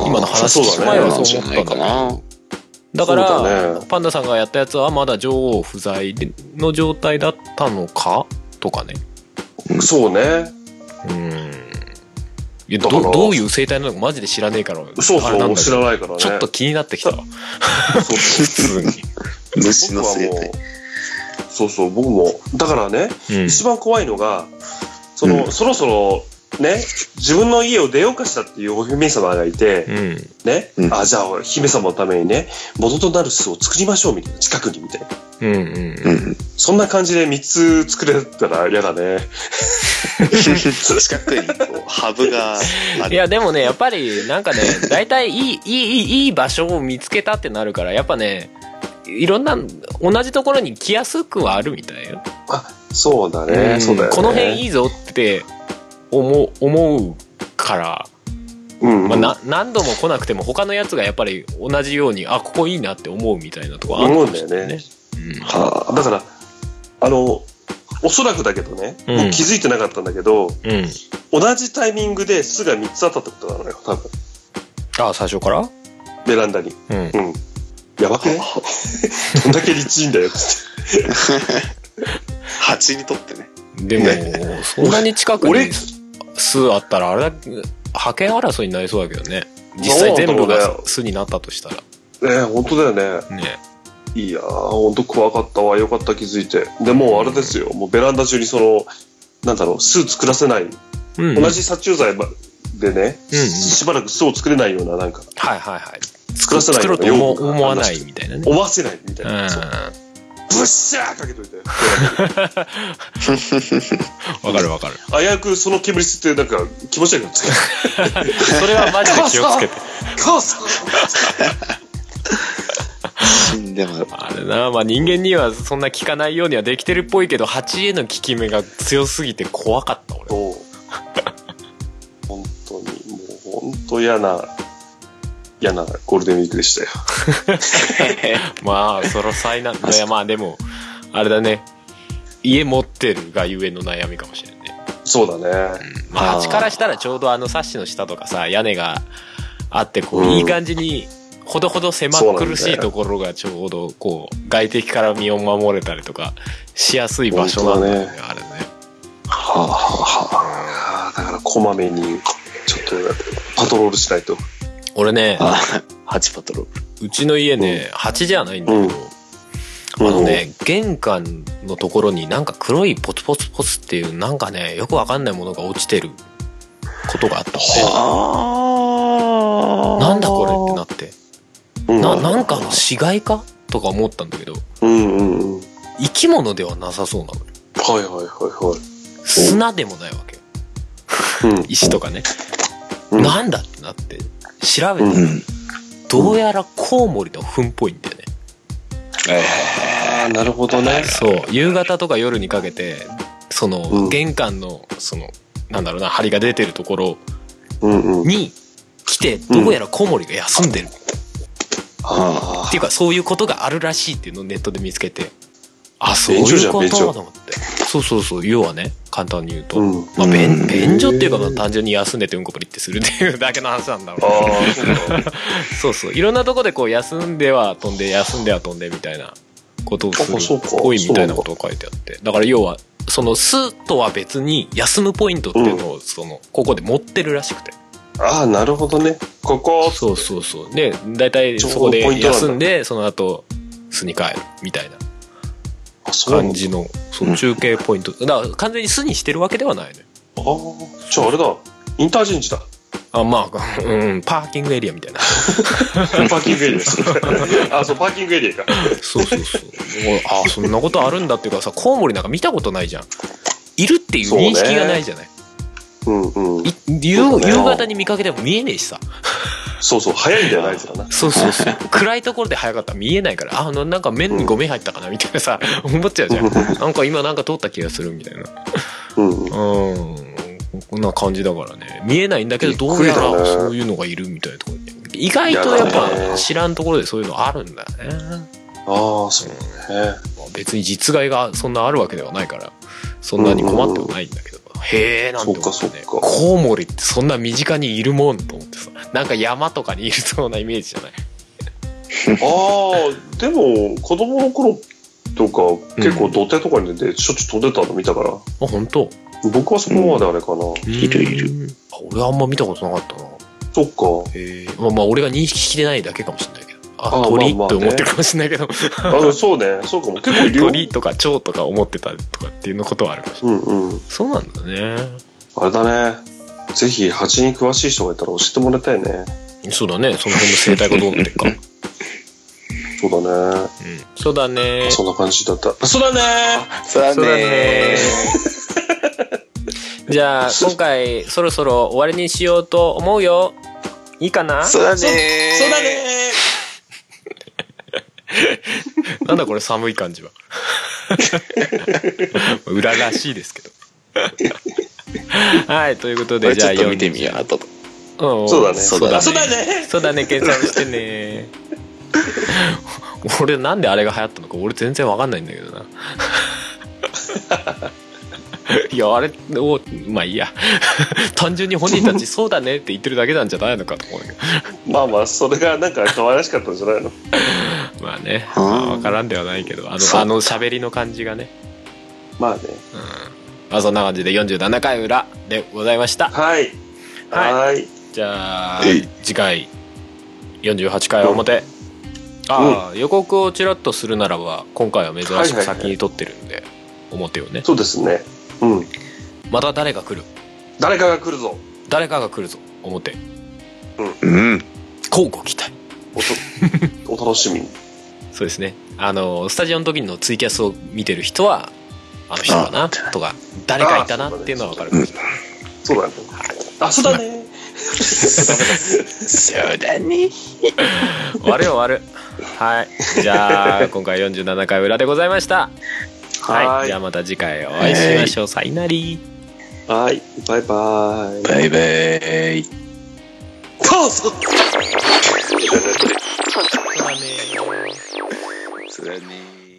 Speaker 4: 今の話聞く前はそう思ったんだけど
Speaker 5: な。
Speaker 4: だから
Speaker 3: そうだね
Speaker 4: パンダさんがやったやつはまだ女王不在での状態だったのかとかね
Speaker 5: うん
Speaker 3: そうね。
Speaker 4: うんいや
Speaker 3: だか
Speaker 4: ど
Speaker 3: ら
Speaker 4: どういう生態なのかマジで知らねえから
Speaker 3: そう
Speaker 4: あれな
Speaker 3: そ
Speaker 4: ん
Speaker 3: う、
Speaker 4: だ
Speaker 3: 知
Speaker 4: けど
Speaker 3: らないからね。
Speaker 4: ちょっと気になってきたわ
Speaker 3: そう
Speaker 4: 普 通に
Speaker 5: 虫の生
Speaker 3: 僕はも
Speaker 5: 態。
Speaker 3: うそうそう、僕も。だからね、
Speaker 4: うん
Speaker 3: 一番怖いのが、その、
Speaker 5: うん
Speaker 3: そろそろ、ね、自分の家を出ようかしたっていうお姫様がいて、
Speaker 4: うん
Speaker 3: ね、
Speaker 5: うん
Speaker 3: あ、じゃあ、姫様のためにね、元となる巣を作りましょう、みたいな、近くに、みたいな。
Speaker 4: うん
Speaker 5: う
Speaker 4: うん
Speaker 5: ん。
Speaker 3: そんな感じで3つ作れたら嫌だね。
Speaker 5: 近くにこうハブがあ
Speaker 4: い
Speaker 5: る。
Speaker 4: やでもねやっぱりなんかね大体いいいいいいいい場所を見つけたってなるからやっぱねいろんな同じところに来やすくはあるみたいよ、
Speaker 3: そうだね、
Speaker 4: うん
Speaker 3: そうだよね。
Speaker 4: この辺いいぞって思う思うから、
Speaker 3: うん、うん
Speaker 4: まあ、な何度も来なくても他のやつがやっぱり同じようにあここいいなって思うみたいなとこあるかもしれないね
Speaker 5: は
Speaker 3: だから、あの、おそらくだけどね、
Speaker 4: うん
Speaker 3: 僕気づいてなかったんだけど、
Speaker 4: うん、うん、
Speaker 3: 同じタイミングで巣が3つあったってことなのよ、多分。
Speaker 4: あ最初から
Speaker 3: ベランダに。
Speaker 4: うん
Speaker 3: うん。やばく ねどんだけ立地いいんだよって。
Speaker 5: あ蜂にとってね。
Speaker 4: でも、そんなに近く
Speaker 3: 俺
Speaker 4: に巣あったら、あれだけ、派遣争いになりそうだけどね。実際全部
Speaker 3: そうなんだろう
Speaker 4: が
Speaker 3: ね
Speaker 4: 巣になったとしたら。
Speaker 3: ねえ、本当だよね。
Speaker 4: ね。
Speaker 3: いやー、本当怖かったわ。よかった、気づいて。でもうあれですよ、もうベランダ中にその、なんだろう、巣作らせない。
Speaker 4: うん。
Speaker 3: 同じ殺虫剤ばでね、
Speaker 4: うんうん
Speaker 3: しばらく巣を作れないような、なんか、
Speaker 4: はいはいはい。
Speaker 3: 作らせない
Speaker 4: 作
Speaker 3: よ
Speaker 4: ろ
Speaker 3: う
Speaker 4: う
Speaker 3: な
Speaker 4: と思
Speaker 3: 養分が
Speaker 4: 思わないみたいなね。
Speaker 3: 思わせないみた
Speaker 4: う
Speaker 3: い
Speaker 4: ん。
Speaker 3: な。そう
Speaker 4: わ
Speaker 3: ブッシャーかけといて。
Speaker 4: かるわかる。
Speaker 3: 危うくその煙吸って、なんか、気持ち悪く なっちゃう。
Speaker 4: それはマジで気を つけて。
Speaker 3: 母さん
Speaker 5: 死んでも
Speaker 4: あれな、まあ人間にはそんな効かないようにはできてるっぽいけど、蜂への効き目が強すぎて怖かった俺。
Speaker 3: そう。本当に、もう本当嫌な、嫌なゴールデンウィークでしたよ。
Speaker 4: まあ、その災難。いやまあでも、あれだね。家持ってるがゆえの悩みかもしれんね。
Speaker 3: そうだね。
Speaker 4: まあ、
Speaker 5: あー
Speaker 4: 蜂からしたらちょうどあのサッシの下とかさ屋根があってこう、
Speaker 3: うん
Speaker 4: いい感じにほどほど狭苦しいところがちょうどこう外敵から身を守れたりとかしやすい場所なんだよね
Speaker 3: 本
Speaker 4: あれね
Speaker 3: はあ、はあ、はあ、だからこまめに、ちょっと、パトロールしないと。
Speaker 4: 俺ね
Speaker 5: あ蜂パトロー
Speaker 4: うちの家ね、蜂じゃないんだけど、あのね、玄関のところになんか黒いポツポツポツっていうなんかねよくわかんないものが落ちてることがあったの
Speaker 3: は
Speaker 4: ね
Speaker 5: あ
Speaker 4: なんだこれってなって
Speaker 3: うん、
Speaker 4: ななんかの死骸かとか思ったんだけど
Speaker 3: うんうんうん。はい
Speaker 4: 生き物ではなさそうなのよ
Speaker 3: はいはいは
Speaker 4: 砂でもないわけよ
Speaker 3: い。うん。
Speaker 4: 石とかね、
Speaker 3: うん
Speaker 4: なんだってなって調べて、
Speaker 3: うん
Speaker 5: うん。
Speaker 4: どうやらコウモリの糞っぽいんだよね、
Speaker 3: ああ、なるほどね。
Speaker 4: そう夕方とか夜にかけてその、
Speaker 3: うん
Speaker 4: 玄関のそのなんだろうな針が出てるところ
Speaker 3: うんうん。
Speaker 4: に来てどうやらコウモリが休んでる、
Speaker 3: あ
Speaker 4: っていうかそういうことがあるらしいっていうのをネットで見つけてあそうい
Speaker 3: 便所じ
Speaker 4: う
Speaker 3: ゃん
Speaker 4: こと
Speaker 3: 便所
Speaker 4: と思ってそうそうそう要はね簡単に言うと、
Speaker 3: うん
Speaker 4: まあ、
Speaker 5: うん
Speaker 4: 便便所っていうかまあ単純に休んでてうんこぶりってするっていうだけの話なんだろう
Speaker 3: あ。
Speaker 4: な
Speaker 3: ああ、そうか。
Speaker 4: そうそういろんなとこでこう休んでは飛んで休んでは飛んでみたいなことをする
Speaker 3: あそうか
Speaker 4: っぽいみたいなことを書いてあってだから要はその「す」とは別に休むポイントっていうのをそのここで持ってるらしくて
Speaker 3: ああ、なるほどね。ここ、
Speaker 4: そうそうそうで大体そこで
Speaker 3: ちょうどポイントなんだ
Speaker 4: 休んでその後巣に帰るみたいな
Speaker 3: あそうなん
Speaker 4: 感
Speaker 3: だ
Speaker 4: じのそううん中継ポイントだから完全に巣にしてるわけではないね
Speaker 3: ああ、じゃああれだ。インターチェンジだ。
Speaker 4: あまあ、うん、パーキングエリアみたいな
Speaker 3: パーキングエリアです。 あ、そう、パーキングエリアか。
Speaker 4: そうそうそうもうあそんなことあるんだっていうかさコウモリなんか見たことないじゃんいるっていう認識がないじゃない、
Speaker 3: うんうん
Speaker 4: い。夕
Speaker 3: そうだね
Speaker 4: 夕方に見かけても見えねえしさ
Speaker 3: そうそう、早いんだよな、あいつらな。
Speaker 4: そうそうそう暗いところで早かったら見えないからあななんか面にゴミ入ったかなみたいなさ思っちゃうじゃんなんか今なんか通った気がするみたいな
Speaker 3: うんうん。
Speaker 4: うんこんな感じだからね見えないんだけどどうや
Speaker 3: びっくりだ
Speaker 4: ら
Speaker 3: ね
Speaker 4: そういうのがいるみたいなところで意外とや
Speaker 3: や
Speaker 4: っ
Speaker 3: だ
Speaker 4: ぱ
Speaker 3: ね
Speaker 4: 知らんところでそういうのあるんだよね
Speaker 3: ああ、そうね。
Speaker 4: まあ別に実害がそんなあるわけではないからそんなに困ってはないんだけど、へえなんて思
Speaker 3: そ
Speaker 4: っ
Speaker 3: ってか
Speaker 4: ね
Speaker 3: そっか
Speaker 4: コウモリってそんな身近にいるもんと思ってさなんか山とかにいるそうなイメージじゃない
Speaker 3: ああ、でも、子供の頃とか、結構土手とかに出て、しょっちゅう飛んでたの見たから、
Speaker 4: あ本当
Speaker 3: 僕はそこまであれかな。
Speaker 4: い
Speaker 5: るいる
Speaker 4: あ俺あんま見たことなかったな
Speaker 3: そっか。
Speaker 4: へえまあまあ俺が認識してないだけかもしれないけどあ
Speaker 3: あ
Speaker 4: 鳥って
Speaker 3: まあまあね
Speaker 4: 思ってるかもしれないけど、
Speaker 3: あの、そうね。そうかも。結構いるよ。
Speaker 4: 鳥とか蝶とか思ってたとかっていうのことはあるかもしれない
Speaker 3: うんうん。
Speaker 4: そうなんだね
Speaker 3: あれだね。ぜひ、蜂に詳しい人がいたら教えてもらいたいね。
Speaker 4: そうだねその辺の生態がどうなってるか うん
Speaker 3: そうだね。
Speaker 4: そうだね
Speaker 3: そんな感じだった。そうだね
Speaker 5: そうだね
Speaker 4: じゃあ今回そろそろ終わりにしようと思うよいいかな
Speaker 5: ーそうだねー
Speaker 3: そうだね
Speaker 4: なんだこれ寒い感 じは裏らしいですけどはいということ
Speaker 5: こ
Speaker 4: で
Speaker 5: れ
Speaker 4: じ
Speaker 5: ち
Speaker 4: ゃ
Speaker 5: ょ
Speaker 4: あ
Speaker 5: っと見てみよう後で
Speaker 4: 40ん
Speaker 3: そうだね。
Speaker 5: そうだね
Speaker 3: あそうだね
Speaker 4: そうだね検索し てね俺なんであれが流行ったのか俺全然わかんないんだけどないやあれをまあいいや単純に本人たち「そうだね」って言ってるだけなんじゃないのかと思うけど
Speaker 3: まあまあ、それがなんか可愛らしかったんじゃないの
Speaker 4: まあね、
Speaker 5: うん
Speaker 4: まあ、分からんではないけどあ
Speaker 5: そ
Speaker 4: のあの
Speaker 5: う
Speaker 4: 喋りの感じがね、
Speaker 3: まあね。
Speaker 4: まあ、そんな感じで47回裏でございました
Speaker 3: はい。
Speaker 4: はい
Speaker 3: はい。
Speaker 4: じゃあ
Speaker 5: えい
Speaker 4: 次回48回表ああ、予告をちらっとするならば今回は珍
Speaker 3: はい
Speaker 4: し
Speaker 3: はいは
Speaker 4: く
Speaker 3: い
Speaker 4: 先に撮ってるんで、表をね
Speaker 3: そうですね。うん。
Speaker 4: また誰か来る
Speaker 3: 誰かが来るぞ。
Speaker 4: 誰かが来るぞ表
Speaker 5: うん
Speaker 4: 交互期待
Speaker 3: おとお楽しみに。
Speaker 4: そうですねあのスタジオの時のツイキャスを見てる人はあの人だなとか誰かいたなっていうのは分かるかもしれない
Speaker 3: そうだね。あ、そうだね。
Speaker 5: そうだね
Speaker 4: 終わるよ終わるはいじゃあ今回47回裏でございましたはい
Speaker 3: は
Speaker 4: じゃあまた次回お会いしましょうさいなり
Speaker 3: い。はい。バイバイ。
Speaker 5: バイバイ
Speaker 3: そうそう
Speaker 5: そうだねー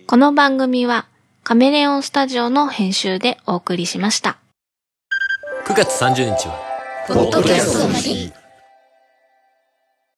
Speaker 1: この番組はカメレオンスタジオの編集でお送りしました。
Speaker 4: 9月30日は
Speaker 2: ポッドキャストの日